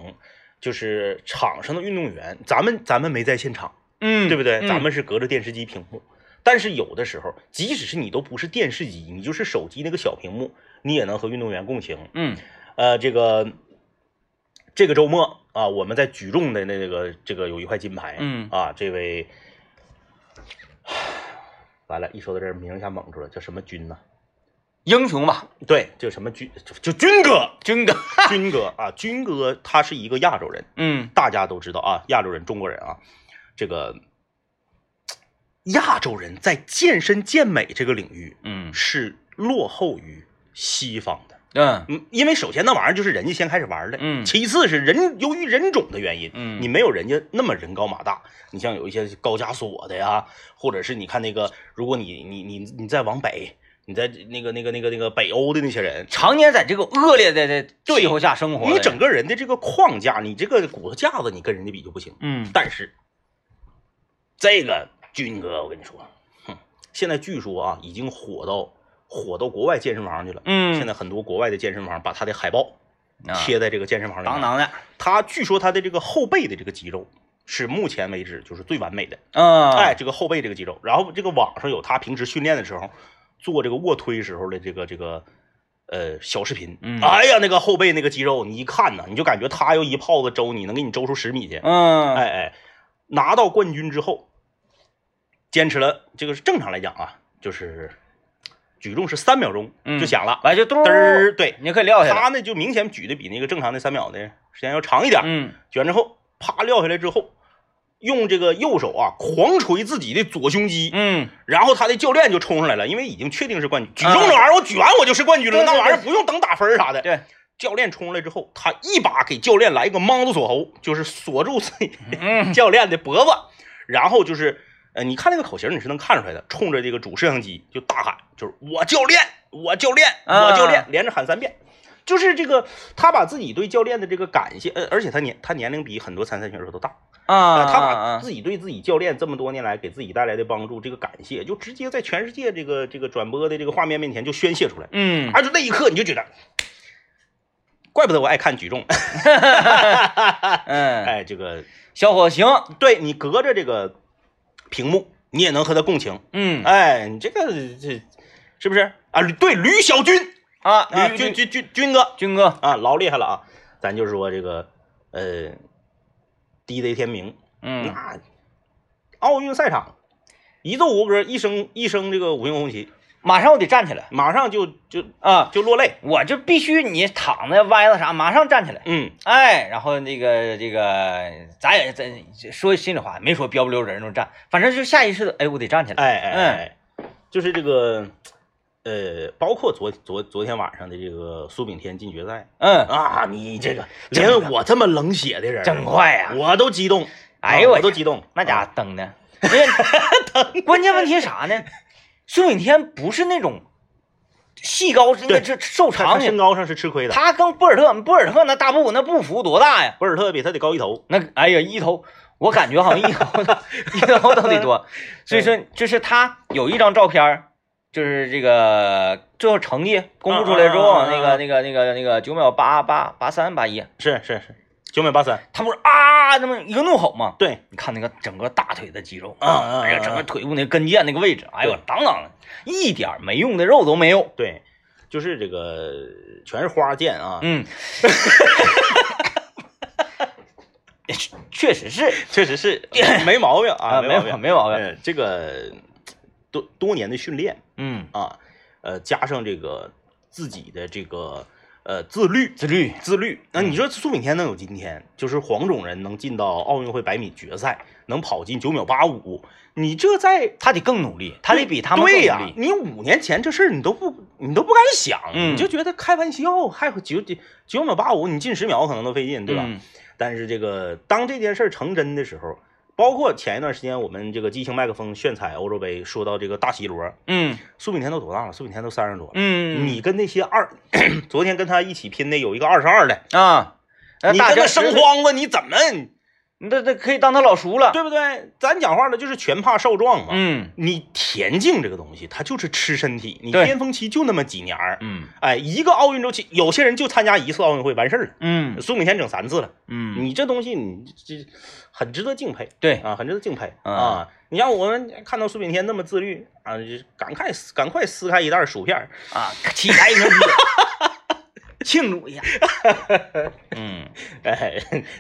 [SPEAKER 2] 就是场上的运动员，咱们咱们没在现场，
[SPEAKER 1] 嗯，
[SPEAKER 2] 对不对？
[SPEAKER 1] 嗯
[SPEAKER 2] 咱们是隔着电视机屏幕，但是有的时候，即使是你都不是电视机，你就是手机那个小屏幕，你也能和运动员共情。
[SPEAKER 1] 嗯
[SPEAKER 2] 呃，这个这个周末啊，我们在举重的那个这个有一块金牌，
[SPEAKER 1] 嗯
[SPEAKER 2] 啊，这位完了，一说到这儿名儿一下蒙住了，叫什么军呢？
[SPEAKER 1] 英雄吧，
[SPEAKER 2] 对，叫什么军？就就军哥，
[SPEAKER 1] 军哥。
[SPEAKER 2] 军哥啊，军哥他是一个亚洲人，
[SPEAKER 1] 嗯
[SPEAKER 2] 大家都知道啊，亚洲人、中国人啊，这个亚洲人在健身健美这个领域
[SPEAKER 1] 嗯
[SPEAKER 2] 是落后于西方的。
[SPEAKER 1] 嗯
[SPEAKER 2] 嗯，因为首先那玩意儿就是人家先开始玩的，
[SPEAKER 1] 嗯
[SPEAKER 2] 其次是人由于人种的原因，
[SPEAKER 1] 嗯
[SPEAKER 2] 你没有人家那么人高马大，你像有一些高加索的呀，或者是你看那个，如果你你你你再往北，你在那个那个那个那个北欧的那些人，
[SPEAKER 1] 常年在这个恶劣的的气候下生活的，
[SPEAKER 2] 你整个人的这个框架，你这个骨头架子，你跟人家比就不行。
[SPEAKER 1] 嗯
[SPEAKER 2] 但是这个军哥，我跟你说，哼，现在据说啊，已经火到火到国外健身房去了。
[SPEAKER 1] 嗯，
[SPEAKER 2] 现在很多国外的健身房把他的海报
[SPEAKER 1] 啊
[SPEAKER 2] 贴在这个健身房里面。
[SPEAKER 1] 当当的，
[SPEAKER 2] 他据说他的这个后背的这个肌肉是目前为止就是最完美的，
[SPEAKER 1] 嗯，
[SPEAKER 2] 哎，，这个后背这个肌肉。然后这个网上有他平时训练的时候做这个卧推时候的这个这个呃小视频，
[SPEAKER 1] 嗯
[SPEAKER 2] 哎呀，那个后背那个肌肉，你一看呐，你就感觉他要一炮子周你，能给你周出十米去。
[SPEAKER 1] 嗯，
[SPEAKER 2] 哎哎，拿到冠军之后，坚持了这个是正常来讲啊，就是举重是三秒钟
[SPEAKER 1] 嗯
[SPEAKER 2] 就响了，
[SPEAKER 1] 完就嘟
[SPEAKER 2] 嘚儿，对，
[SPEAKER 1] 你就可以撂下来。
[SPEAKER 2] 他呢就明显举的比那个正常的三秒的时间要长一点，
[SPEAKER 1] 嗯
[SPEAKER 2] 举完之后啪撂下来之后，用这个右手啊狂捶自己的左胸肌，
[SPEAKER 1] 嗯，
[SPEAKER 2] 然后他的教练就冲上来了，因为已经确定是冠军，举重这玩意儿我举完我就是冠军了，
[SPEAKER 1] 对对
[SPEAKER 2] 那玩意儿
[SPEAKER 1] 对
[SPEAKER 2] 不用等打分儿啥的。
[SPEAKER 1] 对，
[SPEAKER 2] 教练冲来之后，他一把给教练来一个莽子锁喉，就是锁住自己
[SPEAKER 1] 嗯
[SPEAKER 2] 教练的脖子，然后就是，呃，你看那个口型你是能看出来的，冲着这个主摄像机就大喊，就是我教练，我教练，我教练
[SPEAKER 1] 啊，
[SPEAKER 2] 连着喊三遍。就是这个，他把自己对教练的这个感谢，呃，而且他年他年龄比很多参赛选手都大，
[SPEAKER 1] 啊，
[SPEAKER 2] 呃他把
[SPEAKER 1] 啊
[SPEAKER 2] 自己对自己教练这么多年来给自己带来的帮助，这个感谢，就直接在全世界这个这个转播的这个画面面前就宣泄出来。
[SPEAKER 1] 嗯，
[SPEAKER 2] 啊，就那一刻你就觉得，怪不得我爱看举重。
[SPEAKER 1] 嗯，
[SPEAKER 2] 哎，这个
[SPEAKER 1] 小伙行，
[SPEAKER 2] 对你隔着这个屏幕，你也能和他共情。
[SPEAKER 1] 嗯
[SPEAKER 2] 哎，你这个这是不是啊？对，吕小军
[SPEAKER 1] 啊，
[SPEAKER 2] 啊，
[SPEAKER 1] 吕
[SPEAKER 2] 军
[SPEAKER 1] 军
[SPEAKER 2] 军军军哥
[SPEAKER 1] 军哥，
[SPEAKER 2] 啊，老厉害了啊！咱就说这个呃，DJ 天明，
[SPEAKER 1] 嗯
[SPEAKER 2] 那奥运赛场一奏国歌，一声一声这个五星红旗，
[SPEAKER 1] 马上我得站起来
[SPEAKER 2] 马上就就
[SPEAKER 1] 啊，
[SPEAKER 2] 就落泪。
[SPEAKER 1] 我就必须你躺着歪了啥，马上站起来。
[SPEAKER 2] 嗯，
[SPEAKER 1] 哎，然后那个这个，咱也咱说心里话，没说标不溜人那种站，反正就下意识的，哎，我得站起来。
[SPEAKER 2] 哎哎哎，就是这个。呃，包括昨昨昨天晚上的这个苏炳添进决赛，
[SPEAKER 1] 嗯，
[SPEAKER 2] 啊，你这个
[SPEAKER 1] 真的
[SPEAKER 2] 连我这么冷血的人，
[SPEAKER 1] 真快呀！
[SPEAKER 2] 我都激动。
[SPEAKER 1] 哎
[SPEAKER 2] 啊
[SPEAKER 1] 呦我
[SPEAKER 2] 我都
[SPEAKER 1] 天
[SPEAKER 2] 激动，
[SPEAKER 1] 那家
[SPEAKER 2] 啊
[SPEAKER 1] 伙蹬 的，因为关键问题是啥呢？苏炳添不是那种细高，那
[SPEAKER 2] 对
[SPEAKER 1] 这瘦
[SPEAKER 2] 他他
[SPEAKER 1] 长
[SPEAKER 2] 身
[SPEAKER 1] 的，
[SPEAKER 2] 高上是吃亏的。
[SPEAKER 1] 他跟博尔特，博尔特那大步那步幅多大呀？
[SPEAKER 2] 博尔特比他得高一头，
[SPEAKER 1] 那哎呀，一头，我感觉好像一头 一头都得
[SPEAKER 2] 嗯
[SPEAKER 1] 多。所以说，就是他有一张照片儿，就是这个最后成绩公布出来之后，
[SPEAKER 2] 啊啊啊啊啊
[SPEAKER 1] 那个那个那个那个九秒八八八三八一，
[SPEAKER 2] 是是是，九米八三，
[SPEAKER 1] 他不是啊那么一个怒吼嘛？
[SPEAKER 2] 对，
[SPEAKER 1] 你看那个整个大腿的肌肉
[SPEAKER 2] 啊啊啊
[SPEAKER 1] 哎呀，整个腿部那跟腱那个位置，哎呦
[SPEAKER 2] 对，
[SPEAKER 1] 当当的，一点没用的肉都没有。
[SPEAKER 2] 对，就是这个全是花剑啊，
[SPEAKER 1] 嗯， 确实是
[SPEAKER 2] 确实是没毛病啊，
[SPEAKER 1] 没
[SPEAKER 2] 毛
[SPEAKER 1] 有
[SPEAKER 2] 病。
[SPEAKER 1] 没毛病。
[SPEAKER 2] 呃，这个多多年的训练
[SPEAKER 1] 嗯，
[SPEAKER 2] 啊，呃，加上这个自己的这个呃自律。
[SPEAKER 1] 自律。嗯
[SPEAKER 2] 自律，那你说苏炳添能有今天，就是黄种人能进到奥运会百米决赛，能跑进九秒八五，你这在
[SPEAKER 1] 他得更努力，他得比他们更
[SPEAKER 2] 对
[SPEAKER 1] 努
[SPEAKER 2] 呀、
[SPEAKER 1] 力。
[SPEAKER 2] 你五年前这事儿你都不你都不敢想，
[SPEAKER 1] 嗯
[SPEAKER 2] 你就觉得开玩笑，还有九九九秒八五，你进十秒可能都费劲，对吧？
[SPEAKER 1] 嗯
[SPEAKER 2] 但是这个当这件事儿成真的时候，包括前一段时间我们这个激情麦克风炫彩欧洲杯说到这个大 C 罗，
[SPEAKER 1] 嗯
[SPEAKER 2] 苏炳添都多大了？苏炳添都三十多了。
[SPEAKER 1] 嗯，
[SPEAKER 2] 你跟那些二， 昨天跟他一起拼的有一个二十二的，
[SPEAKER 1] 啊，呃
[SPEAKER 2] 你
[SPEAKER 1] 大
[SPEAKER 2] 跟
[SPEAKER 1] 家
[SPEAKER 2] 他生荒子，你怎么
[SPEAKER 1] 你这这可以当他老叔了。
[SPEAKER 2] 对不对？咱讲话了，就是拳怕少壮嘛。
[SPEAKER 1] 嗯
[SPEAKER 2] 你田径这个东西，它就是吃身体，你
[SPEAKER 1] 对
[SPEAKER 2] 巅峰期就那么几年儿，
[SPEAKER 1] 嗯
[SPEAKER 2] 哎，一个奥运周期，有些人就参加一次奥运会完事儿了。
[SPEAKER 1] 嗯
[SPEAKER 2] 苏炳添整三次了，
[SPEAKER 1] 嗯，
[SPEAKER 2] 你这东西你这很值得敬佩
[SPEAKER 1] 对，
[SPEAKER 2] 啊，很值得敬佩
[SPEAKER 1] 啊
[SPEAKER 2] 啊！你像我们看到苏炳添那么自律啊，就是赶快撕赶快撕开一袋薯片儿，
[SPEAKER 1] 啊，旗开一瓶啤，庆祝一下。 嗯，
[SPEAKER 2] 哎，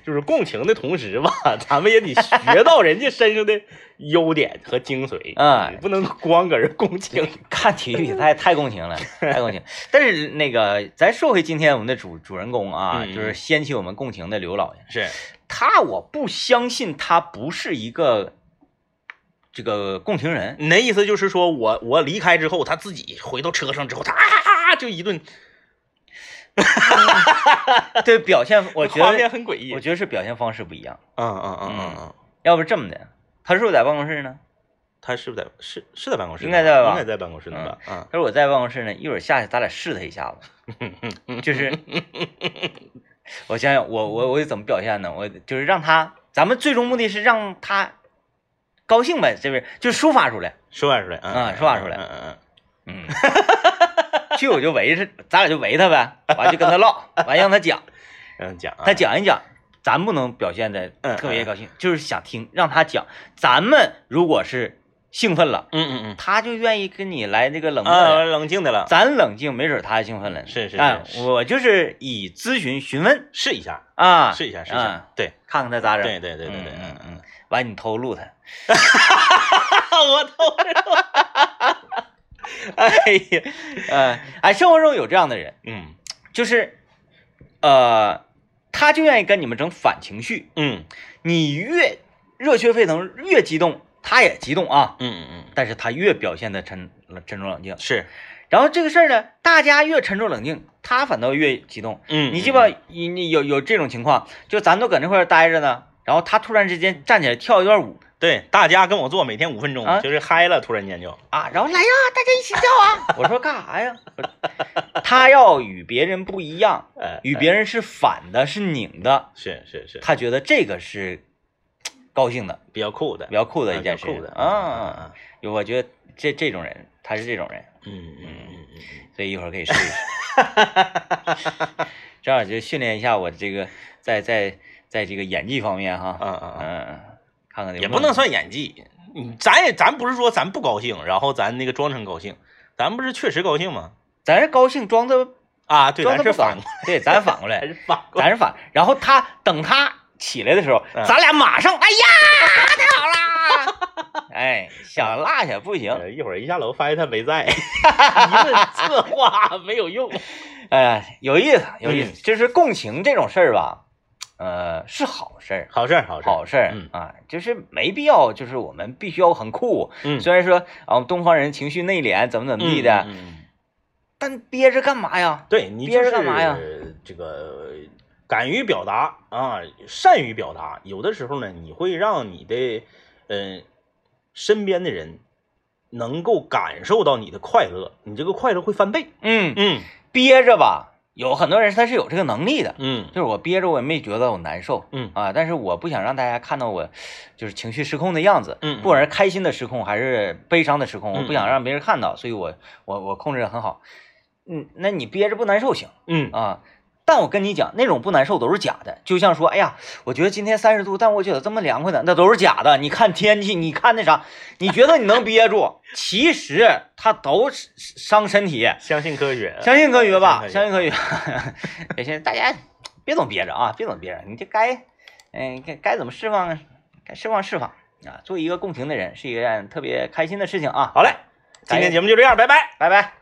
[SPEAKER 2] 就是共情的同时吧，咱们也得学到人家身上的优点和精髓
[SPEAKER 1] 哎
[SPEAKER 2] 你不能光搁这共情。
[SPEAKER 1] 看体育比赛太共 情了，太共情。但是那个，咱说回今天我们的主主人公啊，
[SPEAKER 2] 嗯
[SPEAKER 1] 就是掀起我们共情的刘老爷，
[SPEAKER 2] 是，
[SPEAKER 1] 他我不相信他不是一个这个共情 人。
[SPEAKER 2] 你的意思就是说我我离开之后，他自己回到车上之后，他啊啊啊就一顿，
[SPEAKER 1] 对表现，我觉
[SPEAKER 2] 画面
[SPEAKER 1] 得，
[SPEAKER 2] 很诡异。
[SPEAKER 1] 我觉得是表现方式不一样。
[SPEAKER 2] 嗯嗯嗯嗯嗯，
[SPEAKER 1] 要不这么的，他是不是在办公室呢？
[SPEAKER 2] 他是不是在是是在办公室呢？
[SPEAKER 1] 应该在吧
[SPEAKER 2] 应该在办公室呢吧？嗯，
[SPEAKER 1] 他说我在办公室呢，一会儿下去咱俩试他一下子， 就是，我想想我我我怎么表现呢？我就是让他，咱们最终目的是让他高兴呗，这边就抒发出来，
[SPEAKER 2] 说话出来，嗯
[SPEAKER 1] 啊说话出来
[SPEAKER 2] 嗯嗯嗯。
[SPEAKER 1] 嗯，去我就围着，咱俩就围他呗，完就跟他唠，完让他 讲，
[SPEAKER 2] 嗯，讲啊
[SPEAKER 1] 他讲一讲，咱不能表现的
[SPEAKER 2] 嗯
[SPEAKER 1] 特别高兴，就是想听，让他讲，咱们如果是兴奋了，
[SPEAKER 2] 嗯嗯
[SPEAKER 1] 他就愿意跟你来这个冷
[SPEAKER 2] 嗯，
[SPEAKER 1] 漠的。
[SPEAKER 2] 啊，冷静的了，
[SPEAKER 1] 咱冷静，没准儿他还兴奋了呢。
[SPEAKER 2] 是是
[SPEAKER 1] 哎
[SPEAKER 2] 是
[SPEAKER 1] 我就是以咨询询问
[SPEAKER 2] 试一下，
[SPEAKER 1] 啊，
[SPEAKER 2] 试一下，试一
[SPEAKER 1] 嗯
[SPEAKER 2] 下，对，
[SPEAKER 1] 看看他咋整。
[SPEAKER 2] 对对对对对，
[SPEAKER 1] 嗯
[SPEAKER 2] 嗯
[SPEAKER 1] 嗯
[SPEAKER 2] 嗯，
[SPEAKER 1] 完你偷录他，
[SPEAKER 2] 我都，哎呀，
[SPEAKER 1] 呃，哎，生活中有这样的人，
[SPEAKER 2] 嗯
[SPEAKER 1] 就是，呃，他就愿意跟你们整反情绪，
[SPEAKER 2] 嗯
[SPEAKER 1] 你越热血沸腾，越激动，他也激动啊，
[SPEAKER 2] 嗯嗯嗯，
[SPEAKER 1] 但是他越表现的沉沉着冷静，
[SPEAKER 2] 是，
[SPEAKER 1] 然后这个事儿呢，大家越沉着冷静，他反倒越激动，
[SPEAKER 2] 嗯，
[SPEAKER 1] 你记吧，你你有有这种情况，就咱都搁那块儿待着呢，然后他突然之间站起来跳一段舞
[SPEAKER 2] 对，大家跟我做每天五分钟
[SPEAKER 1] 啊，
[SPEAKER 2] 就是嗨了，突然间就，
[SPEAKER 1] 啊，然后来呀，大家一起跳啊！我 说干啥呀？我说他要与别人不一样，
[SPEAKER 2] 哎，
[SPEAKER 1] 与别人是反的，是拧的，
[SPEAKER 2] 是是是，
[SPEAKER 1] 他觉得这个是高兴的，
[SPEAKER 2] 比较酷的，
[SPEAKER 1] 比较酷的
[SPEAKER 2] 啊
[SPEAKER 1] 一件
[SPEAKER 2] 比
[SPEAKER 1] 事
[SPEAKER 2] 较酷的
[SPEAKER 1] 啊。有我觉得这这种人，他是这种人，
[SPEAKER 2] 嗯嗯嗯嗯嗯，
[SPEAKER 1] 所以一会儿可以试一 试，正好就训练一下我这个在在在这个演技方面哈。
[SPEAKER 2] 啊啊啊。
[SPEAKER 1] 嗯，看看有没有
[SPEAKER 2] 也不能算演技，嗯咱也咱不是说咱不高兴，然后咱那个装成高兴，咱不是确实高兴吗？
[SPEAKER 1] 咱是高兴装的
[SPEAKER 2] 啊，对，
[SPEAKER 1] 装
[SPEAKER 2] 咱
[SPEAKER 1] 的
[SPEAKER 2] 是
[SPEAKER 1] 不
[SPEAKER 2] 反
[SPEAKER 1] 反
[SPEAKER 2] 过，，
[SPEAKER 1] 对，咱反过
[SPEAKER 2] 咱
[SPEAKER 1] 来，
[SPEAKER 2] 是反过，
[SPEAKER 1] 咱是反。然后他等他起来的时候，
[SPEAKER 2] 嗯
[SPEAKER 1] 咱俩马上，哎呀，太好啦！ 哎，想落下不行，
[SPEAKER 2] 呃一会儿一下楼发现他没在，一顿策划没有用。
[SPEAKER 1] 哎呀，有意思，有
[SPEAKER 2] 嗯
[SPEAKER 1] 意思，就是共情这种事儿吧，呃，是好事儿。
[SPEAKER 2] 好事儿，好事儿，
[SPEAKER 1] 好事儿
[SPEAKER 2] 嗯
[SPEAKER 1] 啊，就是没必要，就是我们必须要很酷。
[SPEAKER 2] 嗯，
[SPEAKER 1] 虽然说啊，我们东方人情绪内敛，怎么怎么地的，
[SPEAKER 2] 嗯，嗯嗯
[SPEAKER 1] 但憋着干嘛呀？
[SPEAKER 2] 对你
[SPEAKER 1] 憋着
[SPEAKER 2] 就是
[SPEAKER 1] 干嘛呀？
[SPEAKER 2] 这个敢于表达啊，善于表达，有的时候呢，你会让你的嗯、呃身边的人能够感受到你的快乐，你这个快乐会翻倍。
[SPEAKER 1] 嗯，
[SPEAKER 2] 嗯
[SPEAKER 1] 憋着吧，有很多人他是有这个能力的，
[SPEAKER 2] 嗯
[SPEAKER 1] 就是我憋着，我也没觉得我难受，
[SPEAKER 2] 嗯
[SPEAKER 1] 啊，但是我不想让大家看到我就是情绪失控的样子，
[SPEAKER 2] 嗯嗯
[SPEAKER 1] 不管是开心的失控还是悲伤的失控，
[SPEAKER 2] 嗯
[SPEAKER 1] 我不想让别人看到，所以我我我控制的很好。嗯，那你憋着不难受行
[SPEAKER 2] 嗯
[SPEAKER 1] 啊，但我跟你讲，那种不难受都是假的，就像说，哎呀，我觉得今天三十度，但我觉得这么凉快呢，那都是假的。你看天气，你看那啥，你觉得你能憋住，其实它都是伤身体。
[SPEAKER 2] 相信科学，
[SPEAKER 1] 相信科学吧，相
[SPEAKER 2] 相
[SPEAKER 1] 信科学。 也现在大家别总憋着啊，别总憋着，你这该，嗯、该该怎么释放，该释放释放啊。做一个共情的人是一件特别开心的事情啊。
[SPEAKER 2] 好嘞，今天节目就这样，拜拜。
[SPEAKER 1] 拜拜。